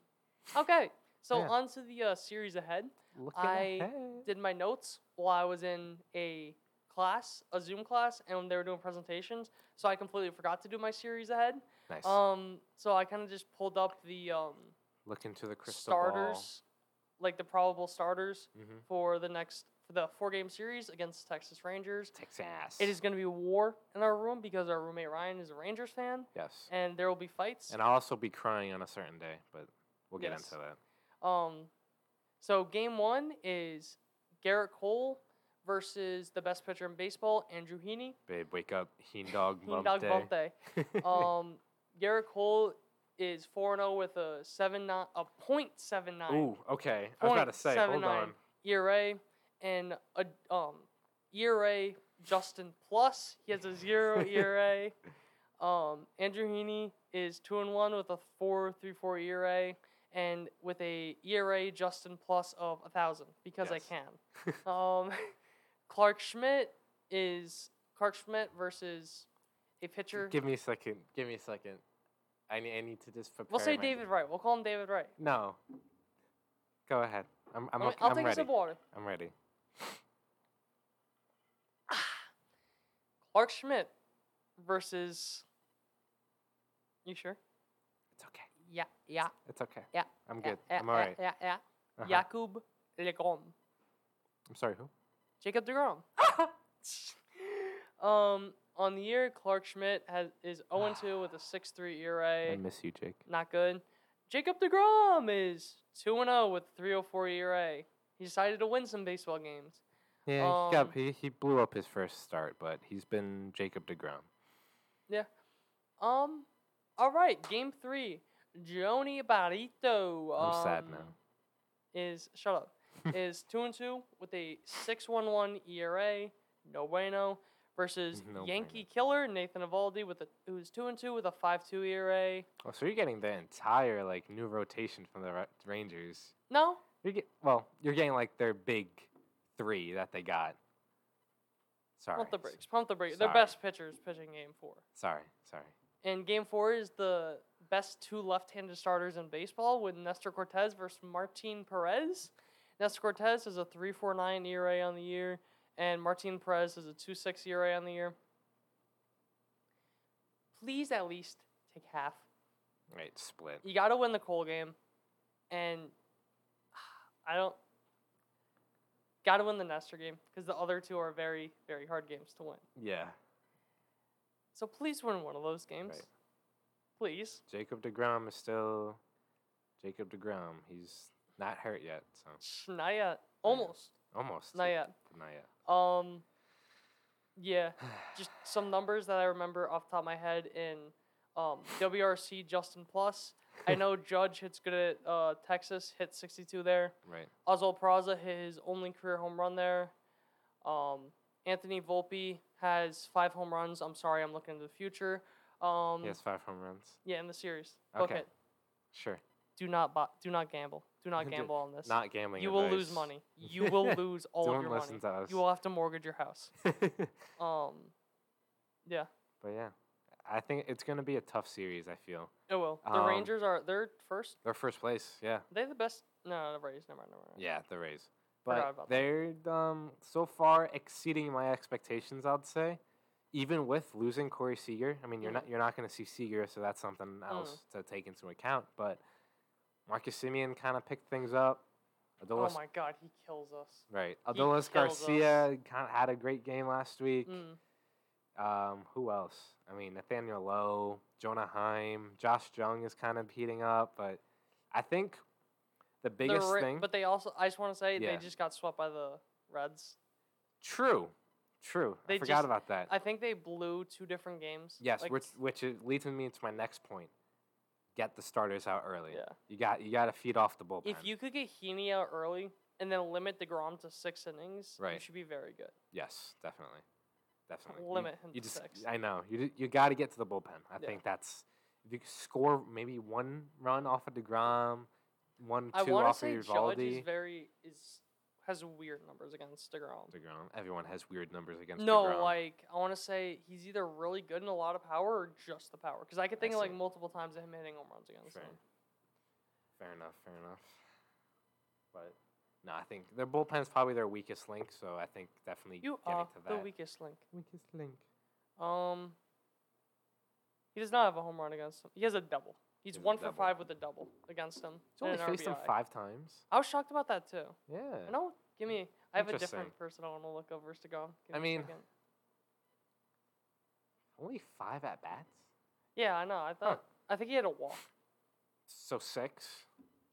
S1: okay. So
S2: Yeah.
S1: on to the uh, series ahead.
S2: Looking
S1: I
S2: ahead.
S1: did my notes while I was in a class, a Zoom class, and they were doing presentations. So I completely forgot to do my series ahead.
S2: Nice.
S1: Um, so I kind of just pulled up the um,
S2: Look into the crystal
S1: starters, like the probable starters
S2: ball. Mm-hmm.
S1: for the next for the four game series against Texas Rangers.
S2: Texas.
S1: It is going to be war in our room because our roommate Ryan is a Rangers fan,
S2: Yes.
S1: and there will be fights.
S2: And I'll also be crying on a certain day, but we'll get
S1: Yes.
S2: into that.
S1: Um, so game one is Garrett Cole versus the best pitcher in baseball, Andrew Heaney.
S2: Babe, wake up. Heen dog
S1: *laughs* Heen
S2: bump
S1: dog
S2: day.
S1: bump day.
S2: *laughs*
S1: Um, Garrett Cole is 4 0 with a seven nine a .79
S2: Ooh, okay. I was about to say, hold
S1: 0.79.
S2: on.
S1: ERA and a um ERA Justin plus. He has a
S2: *laughs*
S1: zero ERA. Um, Andrew Heaney is two and one with a four three four ERA and with a ERA Justin plus of a thousand because
S2: Yes. *laughs*
S1: I can. um, Clark Schmidt is Clark Schmidt versus a pitcher.
S2: Give me a second. Give me a second. I need, I need to just prepare.
S1: we'll say
S2: my-
S1: David Wright. We'll call him David Wright.
S2: No. Go ahead. I'm,
S1: Let
S2: I'm,
S1: me-
S2: okay-
S1: I'll
S2: I'm
S1: take a
S2: ready.
S1: sip of water.
S2: I'm ready.
S1: Clark Schmidt versus. You sure?
S2: It's okay.
S1: Yeah, yeah.
S2: It's okay.
S1: Yeah.
S2: I'm
S1: yeah,
S2: good.
S1: Yeah,
S2: I'm all right.
S1: Yeah, yeah. yeah.
S2: Uh-huh.
S1: Jakub Legrom.
S2: I'm sorry, who?
S1: Jacob DeGrom. *laughs* um, on the year, Clark Schmidt has is 0 2 with a 6 3
S2: I
S1: ERA.
S2: miss you, Jake.
S1: Not good. Jacob DeGrom is 2 0 with 304 ERA. E He decided to win some baseball games.
S2: Yeah, he, got,
S1: Um,
S2: he, he blew up his first start, but he's been Jacob DeGrom.
S1: Um, all right, game three. Joni Barito. Um,
S2: I'm sad now.
S1: Is shut
S2: *laughs*
S1: up. is two and two with a six one one ERA. No bueno. Versus
S2: *laughs* No
S1: Yankee killer Nathan Evaldi with a who's two and two with a five two E ERA.
S2: Oh, so you're getting the entire like new rotation from the Ra- Rangers.
S1: No,
S2: You get well, you're getting like their big three that they got. Sorry.
S1: pump the
S2: s-
S1: brakes. Pump the brakes. Their
S2: Sorry.
S1: best pitcher is pitching game four,
S2: Sorry, sorry.
S1: and game four is the best two left-handed starters in baseball with Nestor Cortez versus Martin Perez. Nestor Cortez is a 3.49 ERA E on the year, and Martin Perez is a 2.6 ERA on the year. Please at least take half.
S2: Right, split.
S1: You got to win the Cole game, and *sighs* I don't. Got to win the Nestor game because the other two are very, very hard games to win.
S2: Yeah.
S1: So please win one of those games.
S2: Right.
S1: Please.
S2: Jacob DeGrom is still Jacob DeGrom. He's not hurt yet, so
S1: Not yet. Almost.
S2: almost.
S1: Not
S2: Jac-
S1: yet.
S2: Not yet.
S1: Um, yeah, *sighs* just some numbers that I remember off the top of my head in um, WRC Justin Plus.
S2: *laughs*
S1: I know Judge hits good at uh, Texas, hit 62 there.
S2: Right.
S1: Oswald Peraza hit his only career home run there. Um, Anthony Volpe has five home runs. I'm sorry, I'm looking into the future. Um,
S2: He has five home runs.
S1: Yeah, in the series. Book
S2: Okay.
S1: it.
S2: Sure.
S1: Do not buy, do not gamble. Do not
S2: *laughs* Do-
S1: gamble on this.
S2: Not gambling.
S1: you will lose
S2: advice.
S1: money. You
S2: *laughs*
S1: will lose all
S2: Don't
S1: of your
S2: listen
S1: money.
S2: to us.
S1: You will have to mortgage your house.
S2: *laughs* but
S1: Um, yeah,
S2: yeah. I think it's gonna be a tough series, I feel.
S1: it will. The
S2: Um,
S1: Rangers are they're first.
S2: They're first place, yeah.
S1: Are they the best? No, the Rays. Never mind. Never mind.
S2: Yeah, the Rays.
S1: Forgot
S2: But
S1: about that.
S2: they're um, so far exceeding my expectations. I'd say, even with losing Corey Seager. I mean, you're
S1: Mhm.
S2: not you're not going to see Seager, so that's something else
S1: Mm.
S2: to take into account. But Marcus Simeon kind of picked things up.
S1: Oh
S2: Adolis,
S1: my God, he kills us.
S2: right?
S1: he
S2: Adolis
S1: kills
S2: Garcia kind of had a great game last week.
S1: Mm.
S2: Um, who else? I mean, Nathaniel Lowe, Jonah Heim, Josh Jung is kind of heating up, but I think
S1: The
S2: the biggest
S1: Ra-
S2: thing.
S1: but they also. I just want to say
S2: Yeah.
S1: they just got swept by the Reds.
S2: True, true.
S1: They
S2: I forgot
S1: just-
S2: about that.
S1: I think they blew two different games.
S2: yes,
S1: Like,
S2: which which is, leads me to my next point. Get the starters out early.
S1: yeah.
S2: You got you got to feed off the bullpen.
S1: If you could get Heaney out early and then limit Degrom to six innings, you
S2: Right.
S1: should be very good.
S2: yes, definitely, definitely. You-
S1: Limit him
S2: You
S1: to
S2: just
S1: six.
S2: I know you ju- you got to get to the bullpen. I
S1: Yeah.
S2: think that's if you could score maybe one run off of Degrom, one
S1: I
S2: two
S1: want to
S2: off of
S1: say Judge is
S2: Uvalde.
S1: very is has weird numbers against Degrom.
S2: Degrom. Everyone has weird numbers against
S1: No,
S2: Degrom.
S1: like I want to say he's either really good in a lot of power or just the power. Because I could think of like
S2: see.
S1: multiple times of him hitting home runs against
S2: Fair.
S1: him.
S2: Fair enough. Fair enough. But no, I think their bullpen's probably their weakest link. So I think definitely
S1: You
S2: getting
S1: are
S2: to
S1: the
S2: that.
S1: weakest link.
S2: weakest link.
S1: Um, he does not have a home run against him. He has a double. He's
S2: He has a
S1: one for
S2: double.
S1: five with a double against him.
S2: He's only
S1: and an
S2: faced him
S1: RBI.
S2: five times.
S1: I was shocked about that too.
S2: Yeah.
S1: I know. Give me. I have a
S2: Interesting.
S1: different person I want to look over to go. Give
S2: I
S1: me a
S2: mean-
S1: second.
S2: Only five at bats.
S1: yeah, I know. I thought. I think he had a walk.
S2: So six.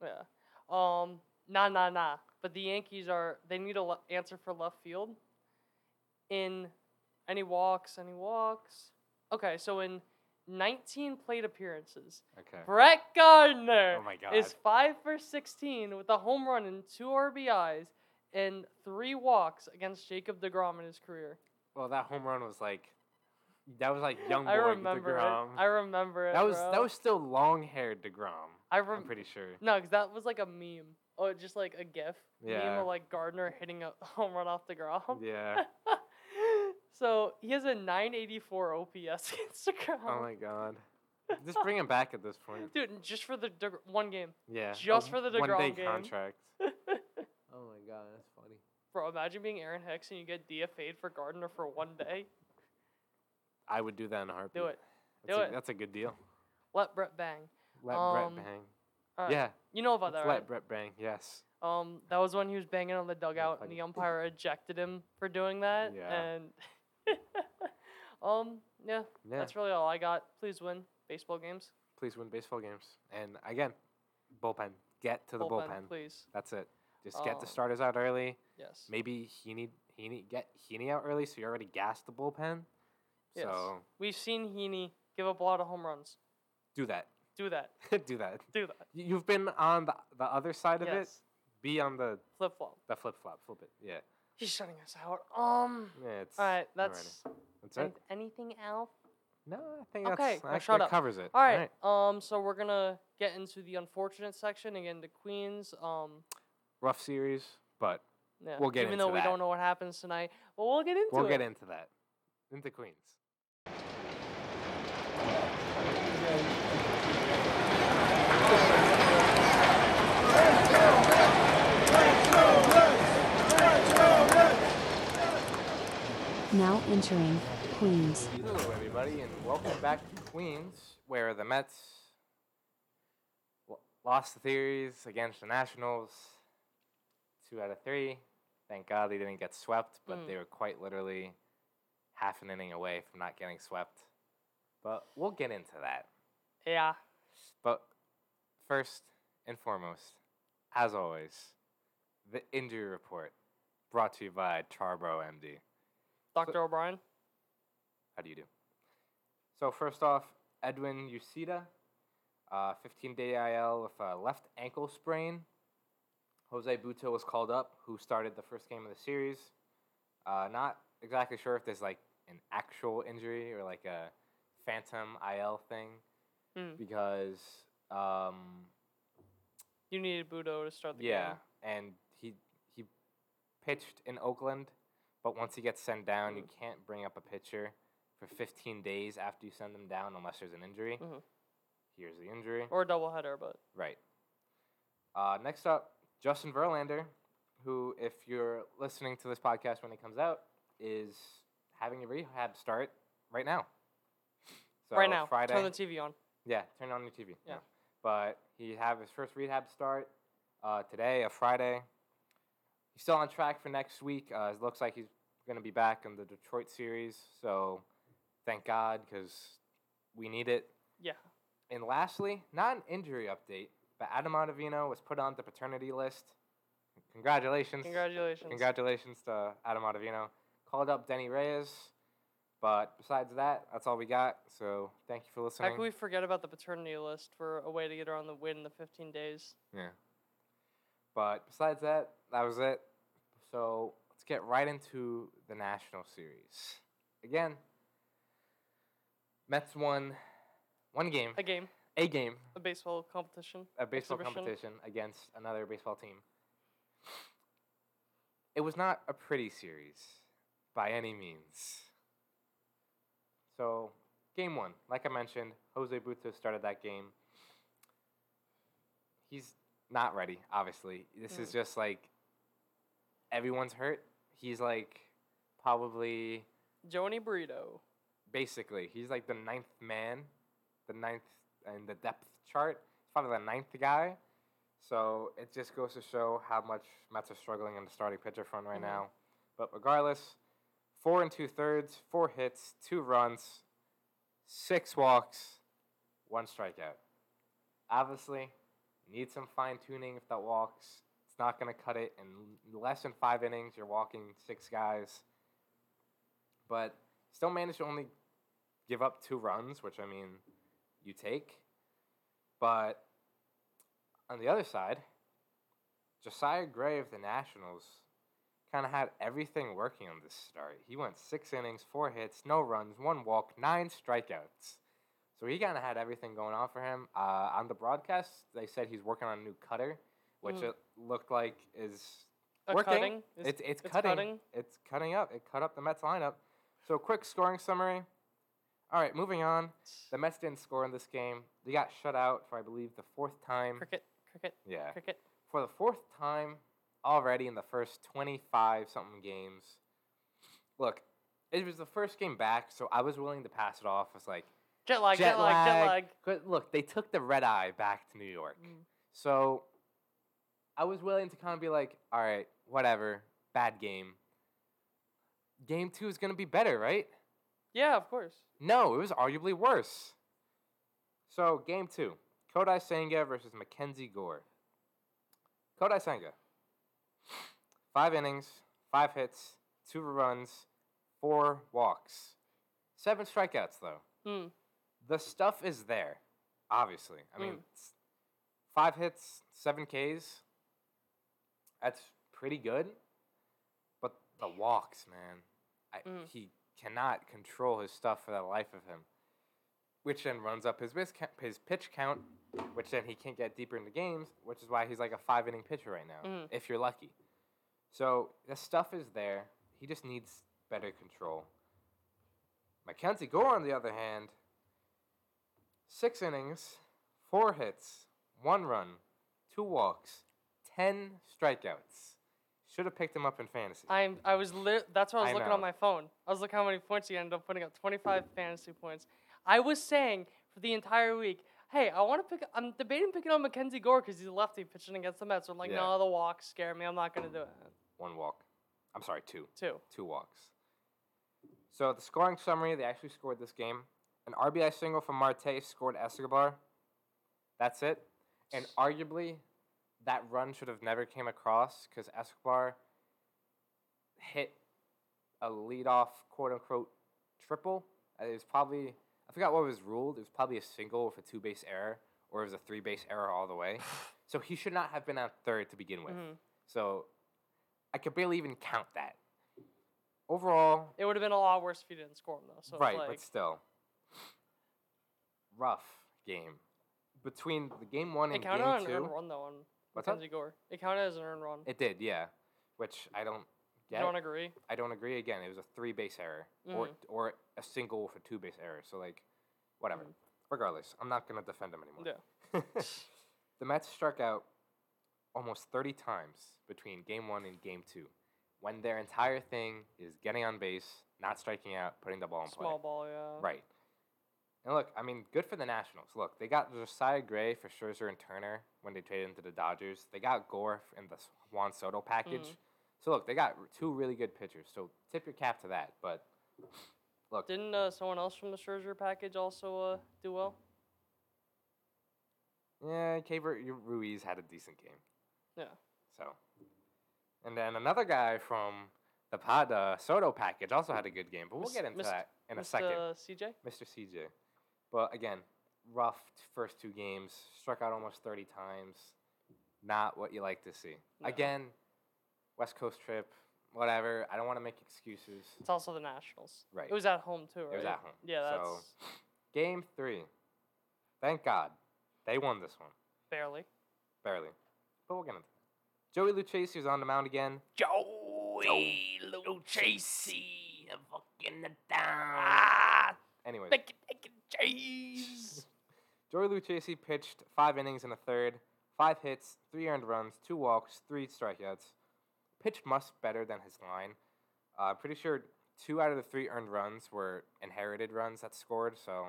S1: Yeah. Um. Nah, nah, nah. But the Yankees are. They need a le- answer for left field. in any walks, any walks. Okay, so in 19 plate appearances,
S2: Okay.
S1: Brett Gardner
S2: Oh my God.
S1: is five for 16 with a home run and two RBIs and three walks against Jacob DeGrom in his career.
S2: well, that home run was like, that was like young
S1: *laughs*
S2: boy
S1: I remember
S2: Degrom.
S1: it. I remember it.
S2: that was
S1: bro.
S2: that was still long-haired Degrom.
S1: I
S2: I'm
S1: rem-
S2: pretty
S1: *laughs*
S2: sure.
S1: No, because that was like a meme. Oh, just like a GIF. Meme
S2: Yeah.
S1: of like Gardner hitting a *laughs* home run off the ground.
S2: Yeah.
S1: *laughs* so he has a 984 OPS *laughs* against the ground.
S2: Oh my god. Just bring him back at this point.
S1: Dude, and just for the Deg- one game.
S2: Yeah. a
S1: Just for the
S2: one-day
S1: DeGrom game. *laughs*
S2: contract. Oh my god, that's funny.
S1: Bro, imagine being Aaron Hicks and you get DFA'd for Gardner for one day.
S2: I would do that in a heartbeat.
S1: Do it.
S2: That's
S1: Do
S2: a,
S1: it.
S2: That's a good deal.
S1: Let Brett bang.
S2: *laughs* Let
S1: Um,
S2: Brett bang.
S1: alright,
S2: yeah.
S1: You know about
S2: Let's
S1: that,
S2: let
S1: right?
S2: Brett bang. Yes.
S1: Um, that was when he was banging on the dugout, and the umpire
S2: *laughs*
S1: ejected him for doing that.
S2: Yeah.
S1: And *laughs* um, yeah,
S2: Yeah.
S1: that's really all I got. Please win baseball games.
S2: Please win baseball games. And again, bullpen. Get to the bullpen.
S1: please.
S2: That's it. Just get
S1: Um,
S2: the starters out early.
S1: Yes.
S2: Maybe Heaney Heaney get Heaney out early so you already gassed the bullpen.
S1: Yes.
S2: So
S1: We've seen Heaney give up a lot of home runs.
S2: do that. *laughs*
S1: Do that.
S2: do that.
S1: Do that.
S2: Y- You've been on the, the other side of
S1: yes.
S2: it. Be on the,
S1: Flip flop.
S2: the flip flop. Flip it. Yeah.
S1: He's shutting us out. Um.
S2: Yeah, it's
S1: All right.
S2: alrighty.
S1: That's
S2: that's it.
S1: an- anything else.
S2: No, I think
S1: Okay,
S2: that's
S1: well,
S2: I
S1: shut
S2: think that
S1: up.
S2: covers it.
S1: All right. Um. So we're gonna get into the unfortunate section again. The Queens. Um.
S2: rough series, but
S1: Yeah.
S2: We'll get
S1: Even
S2: into
S1: though we
S2: that.
S1: don't know what happens tonight, but we'll get into
S2: we'll
S1: it.
S2: get into that. Into Queens.
S3: Now entering Queens.
S2: Hello, everybody, and welcome back to Queens, where the Mets lo- lost the series against the Nationals, two out of three. Thank God they didn't get swept, but
S1: Mm.
S2: they were quite literally half an inning away from not getting swept. But we'll get into that.
S1: Yeah.
S2: But first and foremost, as always, the injury report brought to you by Charbro MD.
S1: Dr. O'Brien.
S2: How do you do? So first off, Edwin Uceda, uh, 15 day IL with a left ankle sprain. Jose Buto was called up, who started the first game of the series. Uh, not exactly sure if there's like an actual injury or like a phantom IL thing
S1: Hmm.
S2: because um,
S1: You needed Budo to start the
S2: yeah,
S1: game.
S2: and he he pitched in Oakland, but once he gets sent down, you
S1: Mm-hmm.
S2: can't bring up a pitcher for 15 days after you send them down unless there's an injury.
S1: Mhm.
S2: Here's the injury.
S1: Or a doubleheader, but
S2: Right. Uh, next up, Justin Verlander, who, if you're listening to this podcast when it comes out, is having a rehab start right now. So
S1: right now,
S2: Friday.
S1: turn the TV on.
S2: Yeah, turn on your TV.
S1: Yeah.
S2: But he have his first rehab start uh, today, a Friday. He's still on track for next week. Uh, it looks like he's going to be back in the Detroit series. So thank God because we need it.
S1: Yeah.
S2: And lastly, not an injury update, but Adam Ottavino was put on the paternity list. Congratulations.
S1: Congratulations.
S2: Congratulations to Adam Ottavino. Called up Denny Reyes. But besides that, that's all we got. So thank you for
S1: How
S2: listening.
S1: could we forget about the paternity list for a way to get her on the win in the 15 days?
S2: Yeah. But besides that, that was it. So let's get right into the national series. Again, Mets won one game,
S1: A game,
S2: a game,
S1: a baseball competition.
S2: a baseball
S1: Exhibition.
S2: competition against another baseball team. It was not a pretty series by any means. So, game one, like I mentioned, Jose Buto started that game. He's not ready, obviously. This is just like everyone's hurt. He's like probably
S1: Joni Burrito.
S2: basically. He's like the ninth man, the ninth in the depth chart. He's probably the ninth guy. So it just goes to show how much Mets are struggling in the starting pitcher front right
S1: Mhm.
S2: now. But regardless, four and two thirds, four hits, two runs, six walks, one strikeout. Obviously, need some fine tuning if that walks. It's not going to cut it. In less than five innings, you're walking six guys. but still managed to only give up two runs, which I mean, you take. But on the other side, Josiah Gray of the Nationals kind of had everything working on this start. He went six innings, four hits, no runs, one walk, nine strikeouts. So he kind of had everything going on for him. Uh, on the broadcast, they said he's working on a new cutter, which
S1: Mm.
S2: it looked like is
S1: A
S2: working.
S1: cutting? Is-
S2: It's,
S1: it's
S2: it's, cutting.
S1: cutting?
S2: It's cutting up. It cut up the Mets lineup. So quick scoring summary. All right, moving on. The Mets didn't score in this game. They got shut out for I believe the fourth time.
S1: cricket, cricket,
S2: Yeah.
S1: cricket.
S2: For the fourth time already in the first 25 something games. Look, it was the first game back, so I was willing to pass it off as like
S1: Jet lag, jet,
S2: jet
S1: lag, jet lag.
S2: lag. But look, they took the red eye back to New York.
S1: Mm.
S2: So I was willing to kind of be like, all right, whatever, bad game. Game two is going to be better, right?
S1: Yeah, of course.
S2: No, it was arguably worse. So, game two Kodai Senga versus Mackenzie Gore. Kodai Senga. Five innings, five hits, two runs, four walks. Seven strikeouts, though
S1: Mm.
S2: the stuff is there, obviously. I mean,
S1: Mm.
S2: s- five hits, seven Ks. That's pretty good. But the walks, man, I,
S1: Mm.
S2: he cannot control his stuff for the life of him. Which then runs up his whis- ca- his pitch count, which then he can't get deeper into games, which is why he's like a five inning pitcher right now,
S1: Mm.
S2: if you're lucky. So the stuff is there. He just needs better control. Mackenzie Gore, on the other hand, six innings, four hits, one run, two walks, ten strikeouts. Should have picked him up in fantasy.
S1: I'm. I was. Li- that's what I was
S2: I
S1: looking
S2: know.
S1: on my phone. I was looking how many points he ended up putting up. Twenty-five fantasy points. I was saying for the entire week, hey, I want to pick. I'm debating picking on Mackenzie Gore because he's a lefty pitching against the Mets. I'm like,
S2: Yeah.
S1: no, the walks scare me. I'm not gonna do it.
S2: One walk. I'm sorry, two.
S1: Two.
S2: Two walks. So the scoring summary, they actually scored this game. An RBI single from Marte scored Escobar. That's it. And arguably, that run should have never came across because Escobar hit a leadoff quote unquote triple. Uh, It was probably I forgot what was ruled. It was probably a single with a two base error, or it was a three base error all the way. so he should not have been at third to begin with.
S1: Mhm.
S2: So I could barely even count that. Overall,
S1: It would have been a lot worse if he didn't score him though. So it's
S2: right,
S1: like,
S2: but still, rough game between the game one
S1: it
S2: and
S1: counted on
S2: game
S1: an
S2: two.
S1: earned run though on
S2: What's that?
S1: Mackenzie Gore. It counted as an earned run.
S2: It did, yeah. Which I don't
S1: You
S2: get.
S1: don't agree?
S2: I don't agree. Again, it was a three base error or
S1: Mhm.
S2: or a single for two base error. So like, whatever. Regardless, I'm not gonna defend him
S1: Mm. Yeah.
S2: anymore. *laughs* the Mets struck out almost 30 times between game one and game two, when their entire thing is getting on base, not striking out, putting the ball in play.
S1: Small ball. Yeah.
S2: Right. And look, I mean, good for the Nationals. Look, they got Josiah Gray for Scherzer and Turner when they traded into the Dodgers. They got Gore f- in the S- Juan Soto package.
S1: Mhm.
S2: So look, they got r- two really good pitchers. So tip your cap to that. But look,
S1: Didn't uh, someone else from the Scherzer package also uh, do well?
S2: yeah, Caver Ruiz had a decent game.
S1: Yeah.
S2: So, and then another guy from the pod, uh, Soto package also had a good game. But we'll
S1: Mis-
S2: get into
S1: Mis-
S2: that in a
S1: Missed,
S2: second.
S1: uh, CJ.
S2: Mr. CJ. But again, rough t- first two games, struck out almost 30 times. Not what you like to see.
S1: No.
S2: Again, West Coast trip, whatever. I don't want to make excuses.
S1: It's also the Nationals.
S2: Right.
S1: It was at home too, right?
S2: It was at home.
S1: Yeah, that's
S2: So, game three. Thank God. They won this one.
S1: barely.
S2: Barely. But we're going to. Joey Lucchesi was on the mound again.
S4: Joey Lucchese, a fucking down.
S2: Ah! Anyways.
S4: Bacon, bacon, cheese.
S2: *laughs* Joey Lucchesi pitched five innings and a third, five hits, three earned runs, two walks, three strikeouts. Pitched much better than his line. Uh, pretty sure two out of the three earned runs were inherited runs that scored, so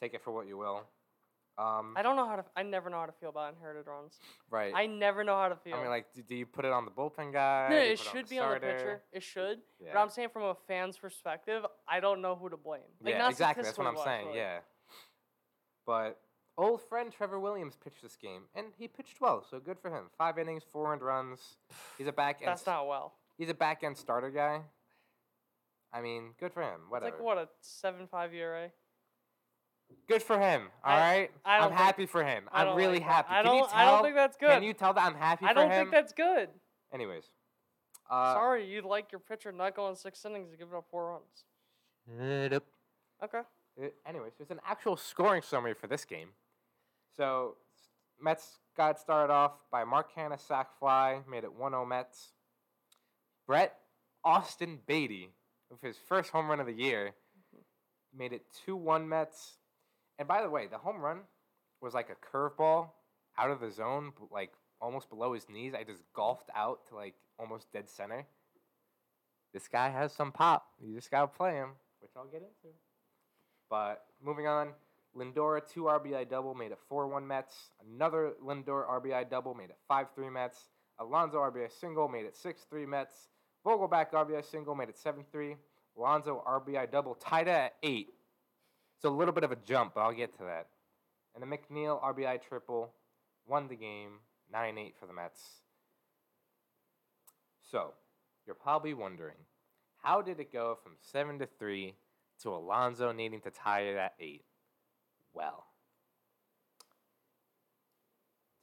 S2: take it for what you will. Um,
S1: I don't know how to. I never know how to feel about inherited runs.
S2: right.
S1: I never know how to feel.
S2: I mean, like, do, do you put it on the bullpen guy?
S1: no,
S2: Do you
S1: it
S2: put
S1: should
S2: the
S1: be on the
S2: starter?
S1: pitcher. It should. But
S2: Yeah.
S1: I'm saying from a fan's perspective, I don't know who to blame. Like,
S2: yeah,
S1: not
S2: exactly. That's what I'm
S1: statistically-wise,
S2: saying.
S1: but, like,
S2: yeah. But old friend Trevor Williams pitched this game, and he pitched well, so good for him. Five innings,
S1: *sighs*
S2: four earned runs. He's a back end.
S1: That's not well.
S2: He's a back end starter guy. I mean, good for him.
S1: It's
S2: Whatever.
S1: like what a seven five ERA.
S2: Good for him. All
S1: I-
S2: right.
S1: I
S2: am
S1: don't think-
S2: happy for him.
S1: I
S2: I'm
S1: don't
S2: really
S1: like that.
S2: happy.
S1: I
S2: Can
S1: don't.
S2: you tell?
S1: I don't think that's good.
S2: Can you tell that I'm happy
S1: I
S2: for
S1: don't
S2: him?
S1: think that's good.
S2: Anyways, uh,
S1: Sorry, you like your pitcher not going six innings and giving up four runs.
S2: sorry.
S1: Okay.
S2: Uh, anyways, there's an actual scoring summary for this game. So Mets got started off by Mark Hanna sack fly, made it 1-0 Mets. Brett Austin Beatty, with his first home run of the year, made it 2-1 Mets. And by the way, the home run was like a curveball out of the zone, b- like almost below his knees. I just golfed out to like almost dead center. This guy has some pop. You just gotta play him, which I'll get into. But moving on, Lindora two RBI double made it four one Mets. Another Lindor RBI double made it five three Mets. Alonzo RBI single made it six three Mets. Vogelback RBI single made it seven three. Alonzo RBI double tied it at eight. It's a little bit of a jump, but I'll get to that. And the McNeil RBI triple won the game nine eight for the Mets. So you're probably wondering, how did it go from seven to three to Alonzo needing to tie it at eight. Well,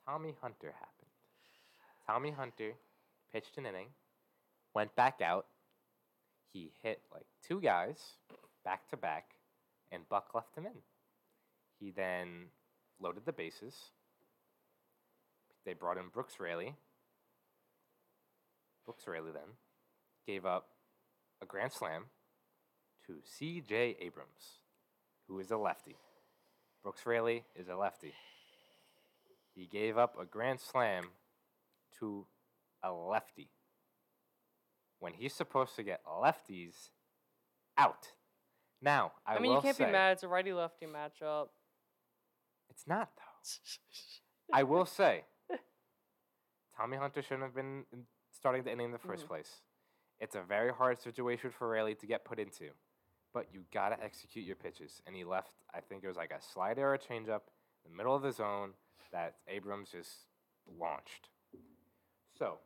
S2: Tommy Hunter happened. Tommy Hunter pitched an inning, went back out. He hit like two guys back to back, and Buck left him in. He then loaded the bases. They brought in Brooks Raley. Brooks Raley then gave up a grand slam to C.J. Abrams, who is a lefty. Brooks Raley is a lefty. He gave up a grand slam to a lefty when he's supposed to get lefties out. Now, I,
S1: I, mean,
S2: will
S1: you can't
S2: say,
S1: be mad. It's a righty lefty
S2: *laughs*
S1: matchup.
S2: It's not though. I will say, Tommy Hunter shouldn't have been in- starting the inning in the 1st
S1: Mhm.
S2: place. It's a very hard situation for Raley to get put into, but you gotta execute your pitches. And he left, I think it was like a slider or a changeup in the middle of the zone that Abrams just launched. So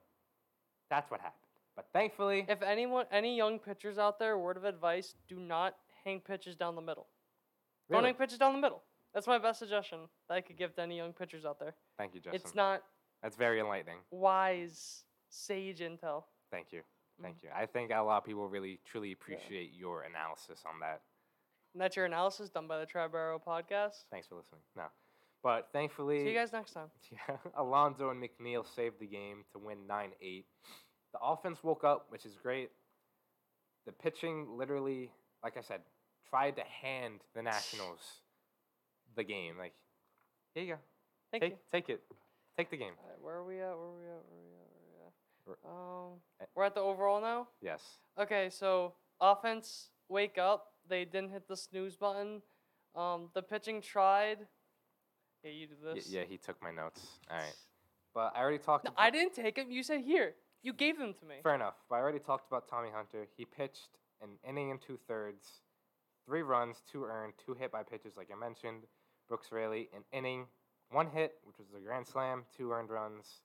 S2: that's what happened. But thankfully,
S1: If anyone, any young pitchers out there, word of advice: do not hang pitches down the middle. Don't
S2: really,
S1: hang pitches down the middle. That's my best suggestion that I could give to any young pitchers out there.
S2: thank you, Justin.
S1: It's not
S2: that's very enlightening.
S1: wise sage intel.
S2: Thank you. Thank
S1: Mm-hmm.
S2: you. I think a lot of people really truly appreciate your analysis on that.
S1: And that's your analysis done by the Tribaro podcast.
S2: Thanks for listening. No. But thankfully,
S1: See you guys next time.
S2: *laughs* yeah, Alonzo and McNeil saved the game to win 9 8. The offense woke up, which is great. The pitching literally, like I said, tried to hand the Nationals the game. Like, here you go.
S1: Thank
S2: take,
S1: you.
S2: take it. Take the game.
S1: All right, where are we at? Where are we at? Where are we at? Where are we at? Um, we're at the overall now.
S2: Yes.
S1: Okay, so offense, wake up. They didn't hit the snooze button. Um, the pitching tried. Yeah, you did
S2: Y-
S1: this.
S2: yeah, he took my notes. All right. But I already talked
S1: No,
S2: about-
S1: I didn't take them. You said here. You gave them to me.
S2: Fair enough. But I already talked about Tommy Hunter. He pitched an inning and two thirds, three runs, two earned, two hit by pitches, like I mentioned. Brooks Raley, an inning, one hit, which was a grand slam, two earned runs.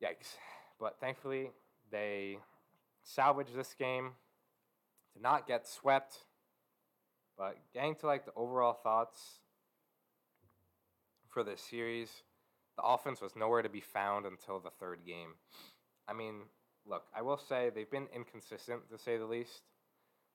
S2: Yikes. But thankfully, they salvaged this game to not get swept. But getting to like the overall thoughts for this series, the offense was nowhere to be found until the third game. I mean, look, I will say they've been inconsistent to say the least.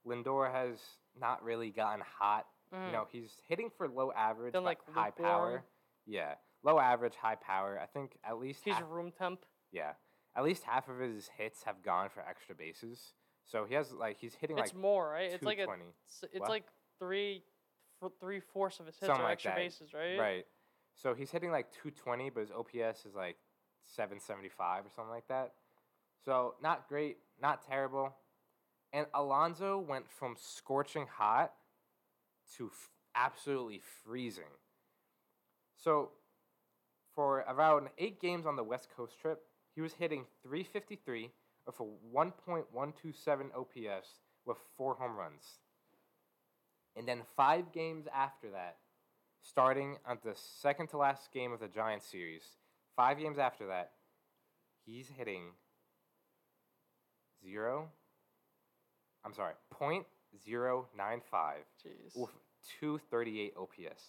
S2: Lindor has not really gotten hot. You
S1: Mm.
S2: know, he's hitting for low average,
S1: Been,
S2: but
S1: like,
S2: high power.
S1: lukewarm.
S2: Yeah, low average, high power. I think at least
S1: He's
S2: half-
S1: room temp.
S2: yeah, at least half of his hits have gone for extra bases. So he has like he's hitting
S1: It's
S2: like
S1: more, right? It's like a,
S2: 220.
S1: it's it's
S2: What?
S1: like three, f- three fourths of his hits
S2: Something
S1: are
S2: like
S1: extra
S2: that.
S1: bases, right?
S2: Right. So he's hitting like 220, but his OPS is like 775 or something like that. So not great, not terrible. And Alonzo went from scorching hot to f- absolutely freezing. So for around eight games on the West Coast trip, he was hitting 353 with a 1.127 OPS with four home runs. And then five games after that, starting on the second to last game of the Giants series, five games after that, he's hitting zero I'm sorry, point zero nine five
S1: Jeez.
S2: with 238 OPS.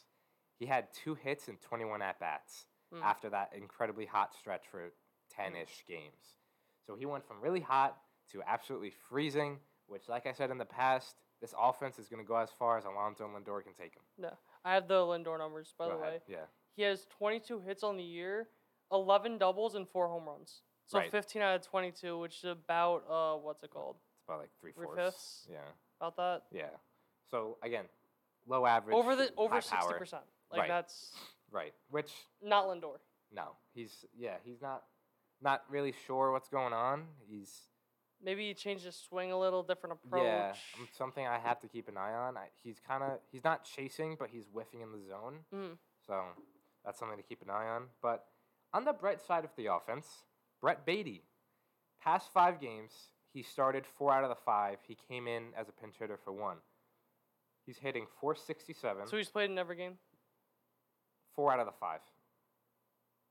S2: He had two hits and 21 at bats
S1: Mm.
S2: after that incredibly hot stretch for 10 ish
S1: Hmm.
S2: games. So he went from really hot to absolutely freezing, which, like I said in the past, this offense is going to go as far as Alonso and Lindor can take him.
S1: No, I have the Lindor numbers by
S2: Go
S1: the
S2: ahead.
S1: way.
S2: Yeah.
S1: He has 22 hits on the year, 11 doubles and four home runs. So
S2: Right.
S1: 15 out of 22, which is about uh, what's it called?
S2: It's about like three
S1: Three-fifths?
S2: fourths. Yeah.
S1: About that
S2: Yeah. So, again, low average.
S1: over the over
S2: high
S1: 60
S2: power.
S1: percent. Like
S2: Right.
S1: that's
S2: Right. Which
S1: not Lindor.
S2: No, he's yeah, he's not not really sure what's going on. He's
S1: Maybe he changed his swing a little, different approach.
S2: yeah, um, something I have to keep an eye on. I, he's kind of he's not chasing, but he's whiffing in the zone.
S1: Mhm.
S2: So that's something to keep an eye on. But on the Brett side of the offense, Brett Beatty, past five games, he started four out of the five. He came in as a pinch hitter for one. He's hitting 467,
S1: Mm. So he's played in every game.
S2: four out of the five.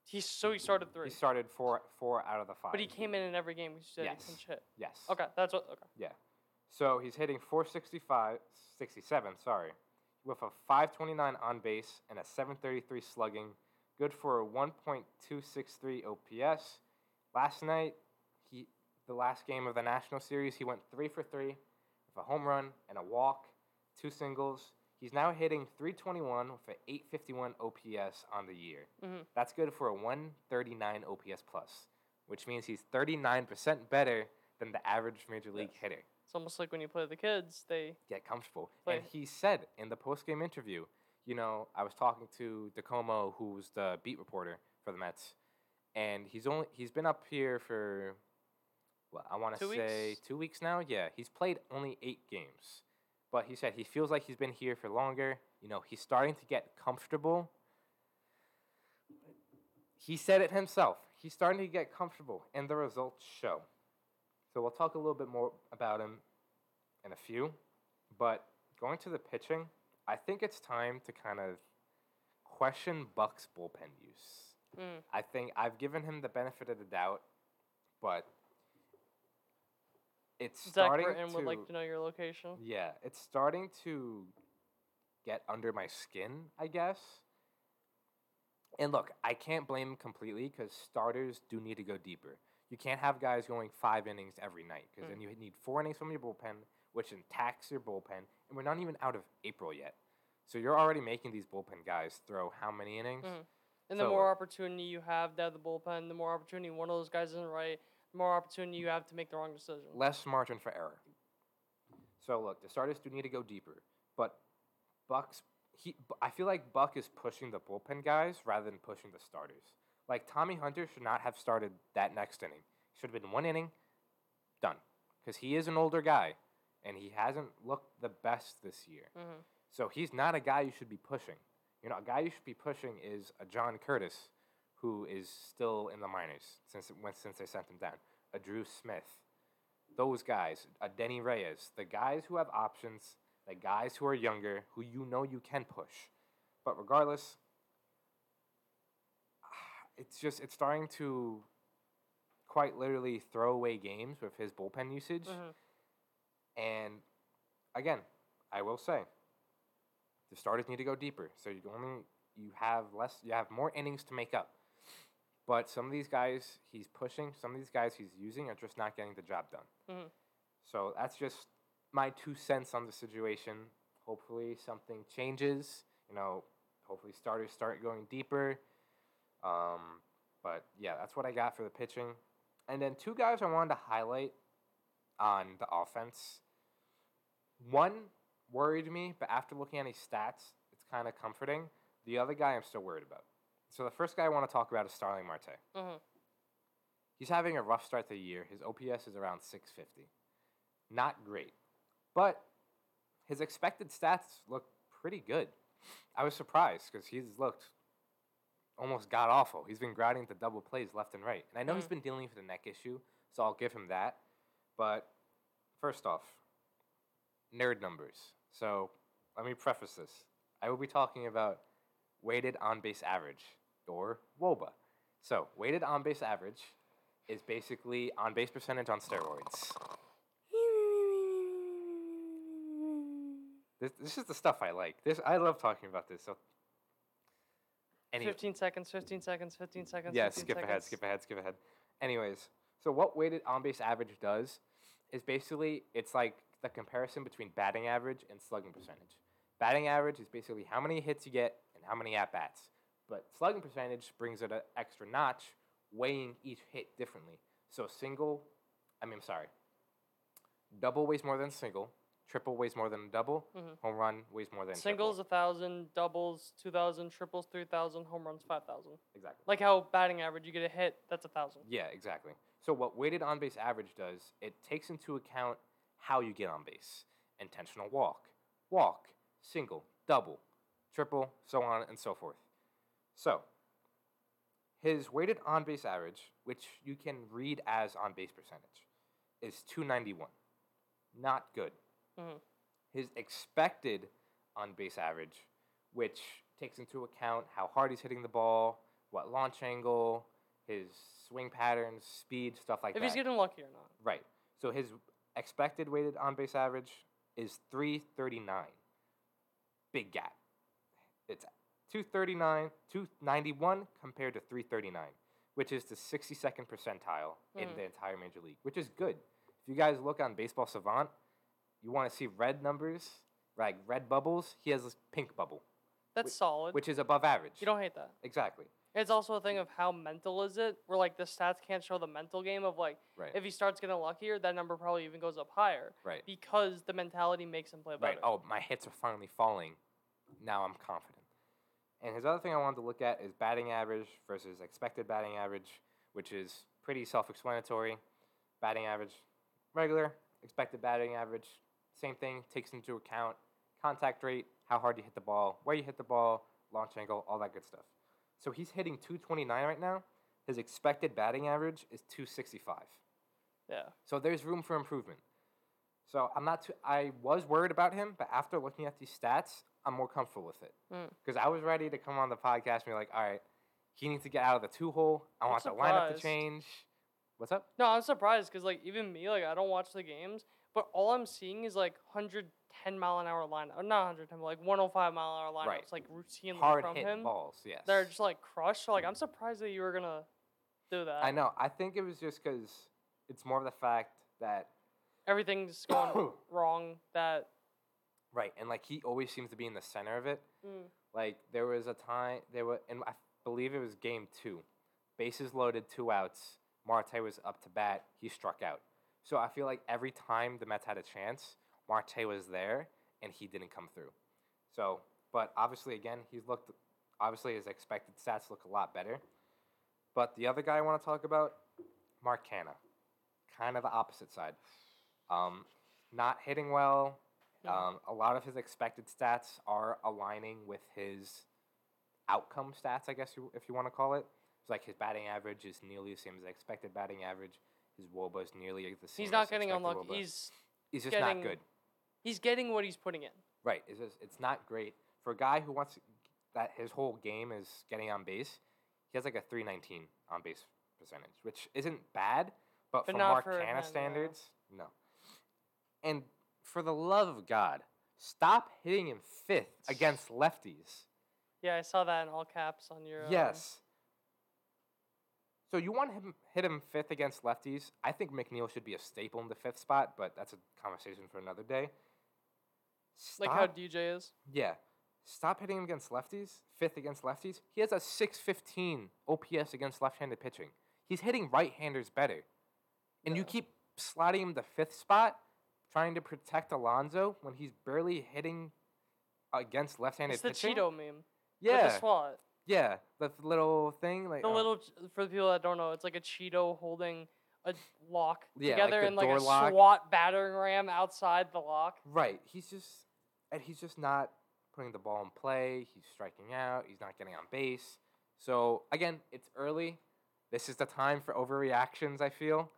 S1: He's so he started three,
S2: He started four four out of the five.
S1: but he came in in every game. He said
S2: Yes.
S1: he pinch hit.
S2: Yes.
S1: Okay, that's what. Okay,
S2: Yeah. So he's hitting 465, 67, sorry, with a 529 on base and a 733 slugging, good for a 1.263 OPS. Last night, he the last game of the National Series, he went 3 for 3 with a home run and a walk, two singles. He's now hitting 321 with an 851 OPS on the year.
S1: Mhm.
S2: That's good for a 139 OPS plus, which means he's 39% better than the average major league hitter.
S1: it's almost like when you play the kids, they
S2: Get comfortable. And
S1: Right.
S2: he said in the post-game interview, you know, I was talking to DeComo, who's the beat reporter for the Mets, and he's only he's been up here for what I want to
S1: Two
S2: say
S1: weeks?
S2: two weeks now. Yeah, he's played only eight games, but he said he feels like he's been here for longer. You know, he's starting to get comfortable. He said it himself. He's starting to get comfortable, and the results show. So we'll talk a little bit more about him in a few. But going to the pitching, I think it's time to kind of question Buck's bullpen use.
S1: Mm.
S2: I think I've given him the benefit of the doubt, but it's
S1: Zach
S2: starting
S1: Britton
S2: to
S1: would like to know your location.
S2: yeah, it's starting to get under my skin, I guess. And look, I can't blame him completely because starters do need to go deeper. You can't have guys going five innings every night because then you need four innings from your bullpen, which then tax your bullpen. And we're not even out of April yet. So you're already making these bullpen guys throw how many innings?
S1: Mhm. And the
S2: So-
S1: more opportunity you have to have the bullpen, the more opportunity one of those guys isn't right, the more opportunity you have to make the wrong decision.
S2: less margin for error. So look, the starters do need to go deeper, but Buck's he Bu- I feel like Buck is pushing the bullpen guys rather than pushing the starters. Like Tommy Hunter should not have started that next inning. Should have been one inning, done, because he is an older guy, and he hasn't looked the best this year.
S1: Mhm.
S2: So he's not a guy you should be pushing. You know, a guy you should be pushing is a John Curtis, who is still in the minors since when since they sent him down. A Drew Smith, those guys, a Denny Reyes, the guys who have options, the guys who are younger, who you know you can push. But regardless, *sighs* it's just it's starting to quite literally throw away games with his bullpen usage.
S1: Mhm.
S2: And again, I will say, the starters need to go deeper. So you only you have less, you have more innings to make up. But some of these guys he's pushing, some of these guys he's using are just not getting the job done.
S1: Mhm.
S2: So that's just my two cents on the situation. Hopefully something changes. You know, hopefully starters start going deeper. Um, but yeah, that's what I got for the pitching. And then two guys I wanted to highlight on the offense. One worried me, but after looking at his stats, it's kind of comforting. The other guy I'm still worried about. So the first guy I want to talk about is Starling Marte.
S1: Mhm.
S2: He's having a rough start to the year. His OPS is around 650. Not great. But his expected stats look pretty good. I was surprised because he's looked almost god awful. He's been grinding to double plays left and right. And I know he's
S1: Mm.
S2: been dealing with a neck issue, so I'll give him that. But first off, nerd numbers. So let me preface this. I will be talking about weighted on base average or WOBA. So, weighted on base average is basically on base percentage on steroids. This, this is the stuff I like. This I love talking about this. So, anyway,
S1: 15 seconds, 15 seconds, 15 seconds.
S2: yeah,
S1: 15
S2: skip ahead,
S1: seconds.
S2: skip ahead, skip ahead. Anyways, so what weighted on base average does is basically it's like the comparison between batting average and slugging percentage. Batting average is basically how many hits you get and how many at bats, but slugging percentage brings it an extra notch, weighing each hit differently. So single, I mean, I'm sorry, double weighs more than single, triple weighs more than a double,
S1: Mhm.
S2: home run weighs more than triple.
S1: Singles, 1,000, doubles, 2,000, triples, 3,000, home runs, 5,000.
S2: Exactly.
S1: Like how batting average, you get a hit, that's a 1,000.
S2: Yeah, exactly. So what weighted on base average does, it takes into account how you get on base. Intentional walk, walk, single, double, triple, so on and so forth. So his weighted on base average, which you can read as on base percentage, is 291. Not good.
S1: Mhm.
S2: His expected on base average, which takes into account how hard he's hitting the ball, what launch angle, his swing patterns, speed, stuff like
S1: if
S2: that.
S1: he's getting lucky or not.
S2: right. So his expected weighted on base average is 339. Big gap. It's 239, 291 compared to 339, which is the 62nd percentile in
S1: Mhm.
S2: the entire major league, which is good. If you guys look on Baseball Savant, you want to see red numbers, like red bubbles. He has this pink bubble,
S1: That's solid.
S2: which is above average.
S1: you don't hate that.
S2: exactly
S1: It's also a thing of how mental is it, where like the stats can't show the mental game of like
S2: right.
S1: if he starts getting luckier, that number probably even goes up higher
S2: right.
S1: because the mentality makes him play better.
S2: Right. Oh, my hits are finally falling. Now I'm confident. And his other thing I wanted to look at is batting average versus expected batting average, which is pretty self explanatory. Batting average, regular. Expected batting average, same thing, takes into account contact rate, how hard you hit the ball, where you hit the ball, launch angle, all that good stuff. So he's hitting 229 right now. His expected batting average is 265.
S1: Yeah.
S2: So there's room for improvement. So I'm not too, I was worried about him, but after looking at these stats, I'm more comfortable with it.
S1: Mm.
S2: Because I was ready to come on the podcast and be like, all right, he needs to get out of the two hole. I
S1: I'm
S2: want the lineup to
S1: surprised.
S2: change. What's up?
S1: No, I'm surprised because like even me, like I don't watch the games, but all I'm seeing is like 110 mile an hour line, or not 110, but like 105 mile an hour lineups,
S2: Right.
S1: like routinely
S2: Hard
S1: from
S2: hit
S1: him.
S2: balls, yes.
S1: They're just like crushed. So, like I'm surprised that you were gonna do that.
S2: I know. I think it was just because it's more of the fact that,
S1: Everything's
S2: *coughs*
S1: going wrong. That
S2: right, and like he always seems to be in the center of it.
S1: Mm.
S2: Like there was a time there were, and I believe it was game two, bases loaded, two outs. Marte was up to bat. He struck out. So I feel like every time the Mets had a chance, Marte was there and he didn't come through. So, but obviously, again, he's looked. Obviously, his expected stats look a lot better. But the other guy I want to talk about, Mark Canna, kind of the opposite side. Um, not hitting well.
S1: Yeah.
S2: Um, a lot of his expected stats are aligning with his outcome stats, I guess you, if you want to call it. It's like his batting average is nearly the same as expected batting average. His WOBA is nearly the same.
S1: he's
S2: as
S1: not getting
S2: expected
S1: unlucky.
S2: WOBA.
S1: He's
S2: He's just
S1: getting-
S2: not good.
S1: he's getting what he's putting in.
S2: Right. It's just, it's not great for a guy who wants to- that his whole game is getting on base. He has like a three nineteen on base percentage, which isn't bad, but,
S1: But
S2: for
S1: not
S2: Mark
S1: for him, yeah.
S2: Canna standards, no. And for the love of God, stop hitting him fifth against lefties.
S1: Yeah, I saw that in all caps on your. um,
S2: Yes. So you want him hit him fifth against lefties? I think McNeil should be a staple in the fifth spot, but that's a conversation for another day.
S1: like how
S2: Stop-
S1: DJ is.
S2: yeah. Stop hitting him against lefties, fifth against lefties. He has a 615 OPS against left handed pitching. He's hitting right handers better. And you keep slotting him the fifth spot, trying to protect Alonzo when he's barely hitting against left handed
S1: It's the
S2: pitching.
S1: Cheeto meme.
S2: Yeah.
S1: With the SWAT.
S2: yeah. The f- little thing. Like,
S1: The
S2: oh,
S1: little ch- for the people that don't know, it's like a Cheeto holding a lock
S2: Yeah, like
S1: together
S2: the
S1: and like
S2: door
S1: a
S2: lock.
S1: SWAT battering ram outside the lock.
S2: Right. He's just. And he's just not putting the ball in play. He's striking out. He's not getting on base. So, again, it's early. This is the time for overreactions, I feel.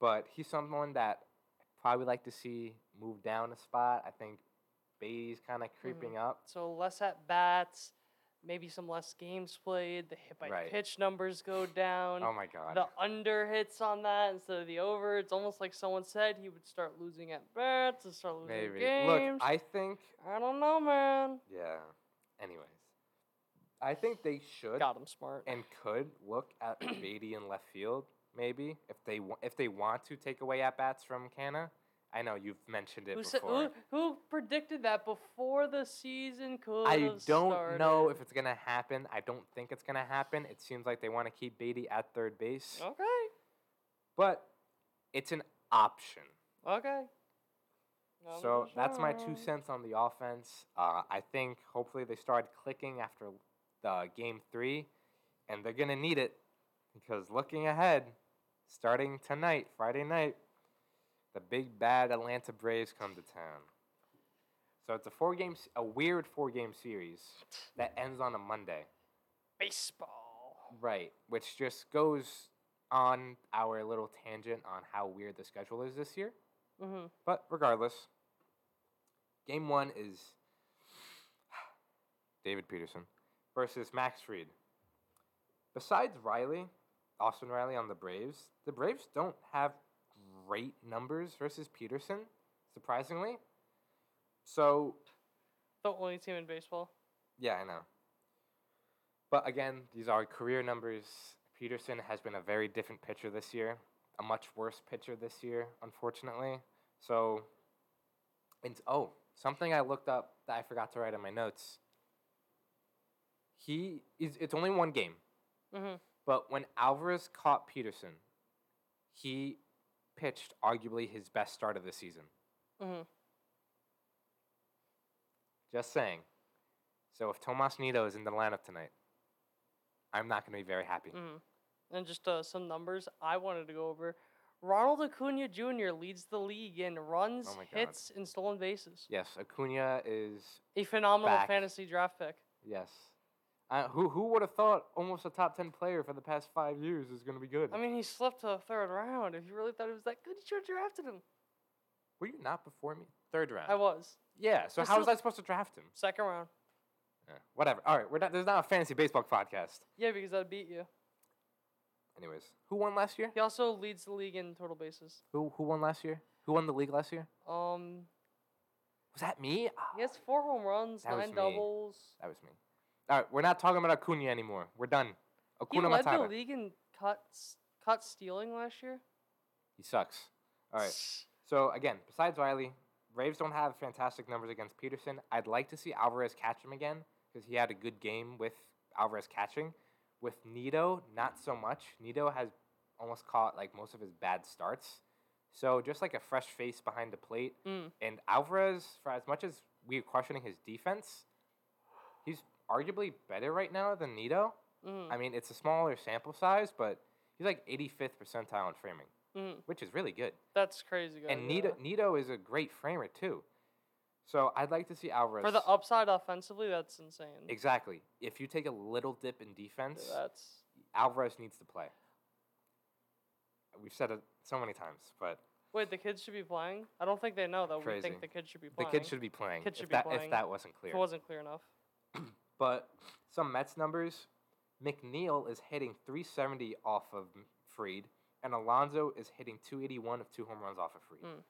S2: But he's someone that I'd probably like to see move
S1: Hmm.
S2: down a spot. I think Beatty's kind of creeping up.
S1: So less at bats, maybe some less games played. The hit by
S2: Right.
S1: pitch numbers go down.
S2: Oh my god.
S1: the under hits on that instead of the over. It's almost like someone said he would start losing at bats and start losing
S2: Maybe.
S1: games.
S2: Look, I think.
S1: I don't know, man.
S2: Yeah. Anyways, I think they should
S1: Got him smart.
S2: and could look
S1: *clears throat*
S2: at Beatty in left field. Maybe if they wa- if they want to take away at bats from Canna. I know you've mentioned it
S1: Who, said,
S2: before.
S1: who, who predicted that before the season could
S2: I
S1: have
S2: don't know
S1: started?
S2: if it's gonna happen. I don't think it's gonna happen. It seems like they want to keep Beatty at third base,
S1: Oh. Okay.
S2: but it's an option.
S1: Okay. I'm
S2: So
S1: just
S2: that's my two
S1: saying.
S2: cents on the offense. Uh, I think hopefully they started clicking after the game three, and they're gonna need it because looking ahead, starting tonight, Friday night, the big bad Atlanta Braves come to town. So it's a four game, s- a weird four game series that ends on a Monday.
S1: Baseball.
S2: Right, which just goes on our little tangent on how weird the schedule is this year.
S1: Mm-hmm.
S2: But regardless, game one is *sighs* David Peterson versus Max Fried. Besides Riley, Austin Riley on the Braves, the Braves don't have great numbers versus Peterson, surprisingly. So,
S1: The only team in baseball.
S2: yeah, I know. But again, these are career numbers. Peterson has been a very different pitcher this year, a much worse pitcher this year, unfortunately. So, and oh, something I looked up that I forgot to write in my notes. He is. It's only one game,
S1: Mm-hmm.
S2: but when Alvarez caught Peterson, he pitched arguably his best start of the season.
S1: Mhm.
S2: Just saying. So if Tomas Nito is in the lineup tonight, I'm not going to be very happy.
S1: Mm-hmm. And just uh, some numbers I wanted to go over. Ronald Acuna Jr. leads the league in runs,
S2: Oh my God.
S1: hits, and stolen bases.
S2: Yes, Acuna is
S1: A phenomenal
S2: Back.
S1: fantasy draft pick.
S2: yes. Uh, who who would have thought almost a top ten player for the past five years is going to be good?
S1: I mean, he slipped to the third round. If you really thought he was that good, you should have drafted him.
S2: were you not before me? Third round.
S1: I was.
S2: yeah. So
S1: I
S2: how was
S1: still-
S2: I supposed to draft him?
S1: Second round.
S2: Yeah, whatever. All right, we're not. There's not a fantasy baseball podcast.
S1: Yeah, because I beat you.
S2: Anyways, who won last year?
S1: He also leads the league in total bases.
S2: Who who won last year? Who won the league last year?
S1: Um,
S2: Was that me? Ah,
S1: he has four home runs,
S2: That was
S1: nine
S2: me.
S1: doubles.
S2: That was me. All right, we're not talking about Acuna anymore. We're done.
S1: He
S2: Acuna
S1: led the
S2: Matata.
S1: league in cuts, cut stealing last year.
S2: He sucks. All right. So again, besides Riley, Braves don't have fantastic numbers against Peterson. I'd like to see Alvarez catch him again because he had a good game with Alvarez catching. With Nito, not so much. Nito has almost caught like most of his bad starts. So just like a fresh face behind the plate,
S1: Mm.
S2: and Alvarez, for as much as we're questioning his defense, he's arguably better right now than Nito.
S1: Mm.
S2: I mean, it's a smaller sample size, but he's like 85th percentile in framing,
S1: Mm.
S2: which is really good.
S1: That's crazy, guys.
S2: And Nito, Nito is a great framer too. So I'd like to see Alvarez.
S1: For the upside offensively, that's insane.
S2: exactly. If you take a little dip in defense,
S1: That's
S2: Alvarez needs to play. We've said it so many times, but
S1: wait. The kids should be playing. I don't think they know though. We
S2: Crazy.
S1: think the kids should be
S2: the
S1: playing.
S2: kid should be playing.
S1: Kid
S2: if
S1: should be
S2: that,
S1: playing.
S2: If that wasn't
S1: If
S2: clear,
S1: it wasn't clear enough.
S2: but some Mets numbers. McNeil is hitting 370 off of M- Freed, and Alonso is hitting 281 of two home runs off of Freed.
S1: Mm.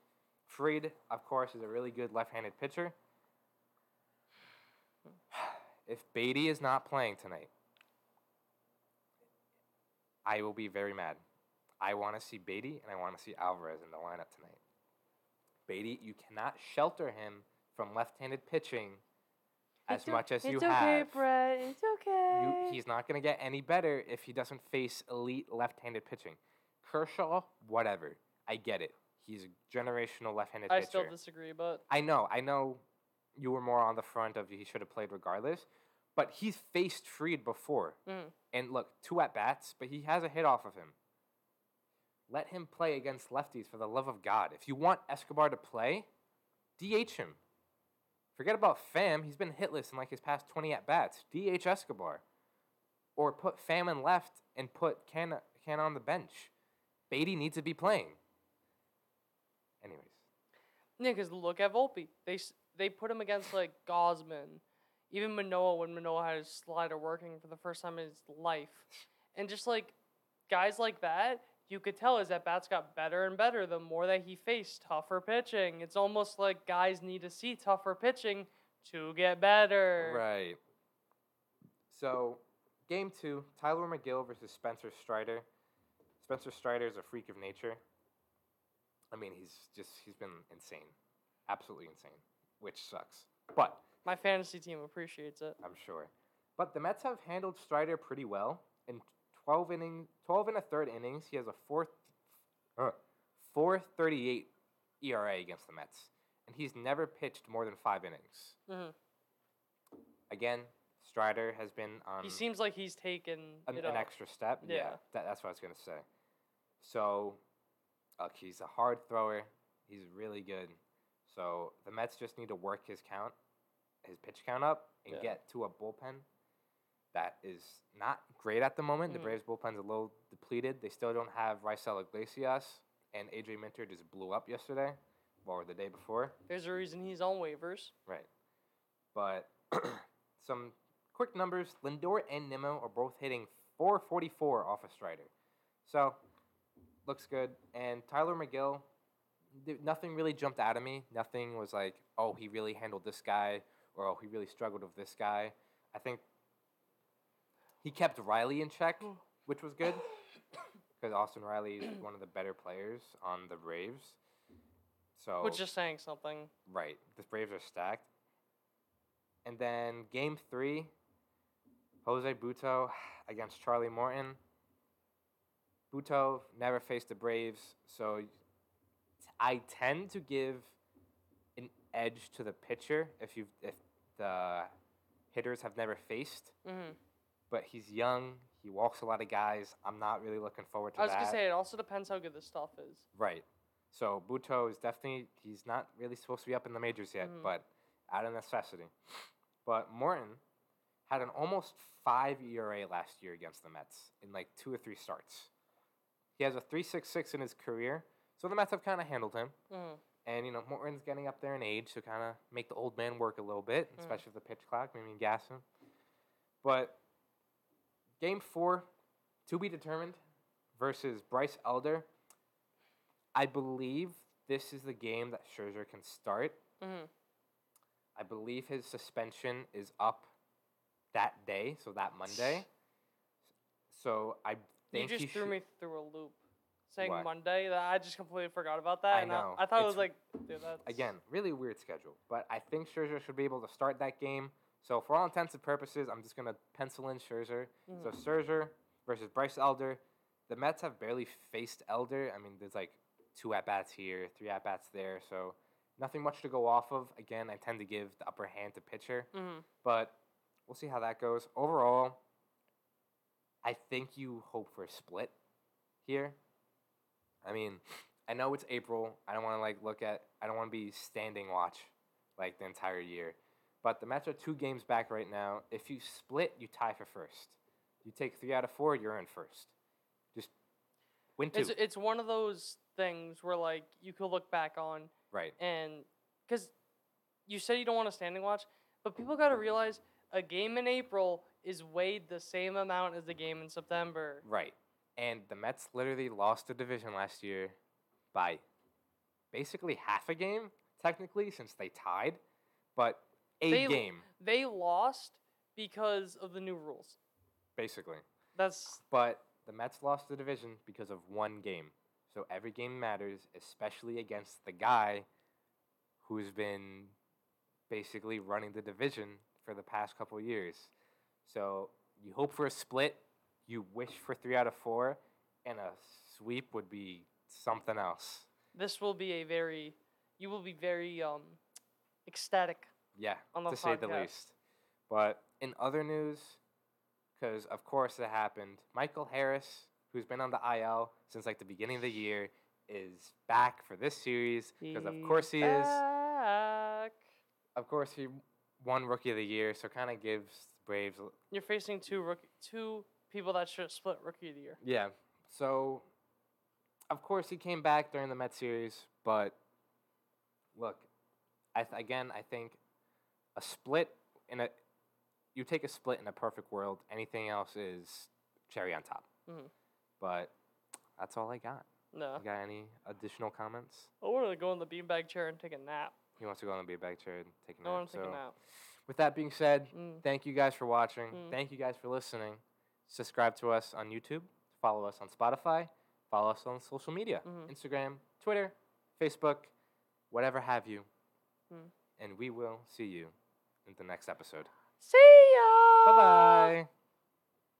S2: Freed, of course, is a really good left-handed pitcher. *sighs* If Beatty is not playing tonight, I will be very mad. I want to see Beatty and I want to see Alvarez in the lineup tonight. Beatty, you cannot shelter him from left-handed pitching as
S1: It's o-
S2: much as you
S1: It's okay,
S2: have.
S1: Brett. It's
S2: You,
S1: okay.
S2: he's not going to get any better if he doesn't face elite left-handed pitching. Kershaw, whatever. I get it. He's a generational left-handed
S1: I
S2: pitcher.
S1: still disagree, but
S2: I know, I know you were more on the front of he should have played regardless, but he's faced Freed before.
S1: Mhm.
S2: And look, two at bats, but he has a hit off of him. Let him play against lefties for the love of God. If you want Escobar to play, DH him. Forget about Fam. He's been hitless in like his past 20 at bats. DH Escobar. Or put Fam in left and put Can, Can on the bench. Beatty needs to be playing. Anyways.
S1: yeah, because look at Volpe. They s- they put him against like Gosman, Even Manoa, when Manoa had his slider working for the first time in his life, and just like guys like that, you could tell his at bats got better and better the more that he faced tougher pitching. It's almost like guys need to see tougher pitching to get better.
S2: Right. So, game two, Tyler McGill versus Spencer Strider. Spencer Strider is a freak of nature. I mean, he's just, he's been insane. Absolutely insane, which sucks. But,
S1: My fantasy team appreciates it.
S2: I'm sure. But the Mets have handled Strider pretty well. In 12 innings, 12 and a third innings, he has a 4 uh, 438 ERA against the Mets. And he's never pitched more than five innings.
S1: hmm
S2: Again, Strider has been um, on
S1: he seems like he's taken
S2: an,
S1: it
S2: an
S1: up.
S2: extra step. Yeah,
S1: Yeah.
S2: that, that's what I was gonna say. So, look, he's a hard thrower. He's really good. So the Mets just need to work his count, his pitch count up, and
S1: Yeah.
S2: get to a bullpen that is not great at the moment.
S1: Mhm.
S2: The Braves bullpen's a little depleted. They still don't have Rysel Iglesias, and AJ Minter just blew up yesterday, or the day before.
S1: There's a reason he's on waivers.
S2: Right. But *clears throat* some quick numbers Lindor and Nimmo are both hitting 444 off a Strider. So, looks good. And Tyler McGill, th- nothing really jumped out of me. Nothing was like, oh, he really handled this guy, or oh, he really struggled with this guy. I think he kept Riley in check, which was good. *coughs* Because Austin Riley is one of the better players on the Braves. So
S1: Which is saying something.
S2: Right. The Braves are stacked. And then game three, Jose Buto against Charlie Morton. Buto never faced the Braves, so y- I tend to give an edge to the pitcher if you if the hitters have never faced.
S1: hmm
S2: But he's young. He walks a lot of guys. I'm not really looking forward to
S1: I was
S2: that.
S1: gonna say it also depends how good the stuff is.
S2: Right. So Buto is definitely he's not really supposed to be up in the majors yet,
S1: Mhm.
S2: but out of necessity. But Morton had an almost five ERA last year against the Mets in like two or three starts. He has a three six six in his career, so the Mets have kind of handled him.
S1: hmm
S2: And you know Morton's getting up there in age, so kind of make the old man work a little bit,
S1: Mm.
S2: especially if the pitch clock, maybe you gas him. But game four, to be determined, versus Bryce Elder. I believe this is the game that Scherzer can start.
S1: hmm
S2: I believe his suspension is up that day, so that
S1: *sniffs*
S2: Monday. So I
S1: You
S2: think
S1: just
S2: he
S1: threw
S2: should-
S1: me through a loop, saying
S2: What?
S1: Monday. That I just completely forgot about that.
S2: I
S1: and
S2: know.
S1: I, thought it was
S2: It's-
S1: like, dude, that's
S2: Again, really weird schedule, but I think Scherzer should be able to start that game. So for all intents and purposes, I'm just gonna pencil in Scherzer. So Scherzer versus Bryce Elder. The Mets have barely faced Elder. I mean, there's like two at bats here, three at bats there, so nothing much to go off of. Again, I tend to give the upper hand to pitcher,
S1: hmm
S2: but we'll see how that goes. Overall, I think you hope for a split here. I mean, I know it's April. I don't want to like look at. I don't want to be standing watch like the entire year. But the Mets are two games back right now. If you split, you tie for first. You take three out of four, you're in first. Just win two.
S1: It's it's one of those things where like you could look back on
S2: right.
S1: and because you said you don't want a standing watch, but people got to realize a game in April is weighed the same amount as the game in September.
S2: Right. And the Mets literally lost the division last year by basically half a game, technically, since they tied, but a
S1: They-
S2: game,
S1: They lost because of the new rules.
S2: basically.
S1: That's
S2: But the Mets lost the division because of one game. So every game matters, especially against the guy who's been basically running the division for the past couple years. So you hope for a split, you wish for three out of four, and a sweep would be something else.
S1: this will be a very you will be very um ecstatic.
S2: Yeah,
S1: on the
S2: to say the
S1: podcast.
S2: least. But in other news, because of course it happened, Michael Harris, who's been on the IL since like the beginning of the year, is back for this series because of course he is.
S1: back.
S2: Of course he won Rookie of the Year, so kind of gives the Braves. a-
S1: You're facing two rookie two people that should have split rookie of the year.
S2: Yeah. So, of course he came back during the Mets series, but look, I th- again I think a split in a you take a split in a perfect world. Anything else is cherry on top.
S1: Mhm.
S2: But that's all I got.
S1: No.
S2: You got any additional comments?
S1: I wanted to go in the beanbag chair and take a nap.
S2: He wants to go on the beanbag chair and take a
S1: I
S2: nap.
S1: want to take
S2: So,
S1: a nap.
S2: with that being said,
S1: Mm.
S2: thank you guys for watching.
S1: Mm.
S2: Thank you guys for listening. Subscribe to us on YouTube. Follow us on Spotify. Follow us on social media
S1: Mhm.
S2: Instagram, Twitter, Facebook, whatever have you.
S1: Mm.
S2: And we will see you in the next episode.
S1: See ya.
S2: Bye bye.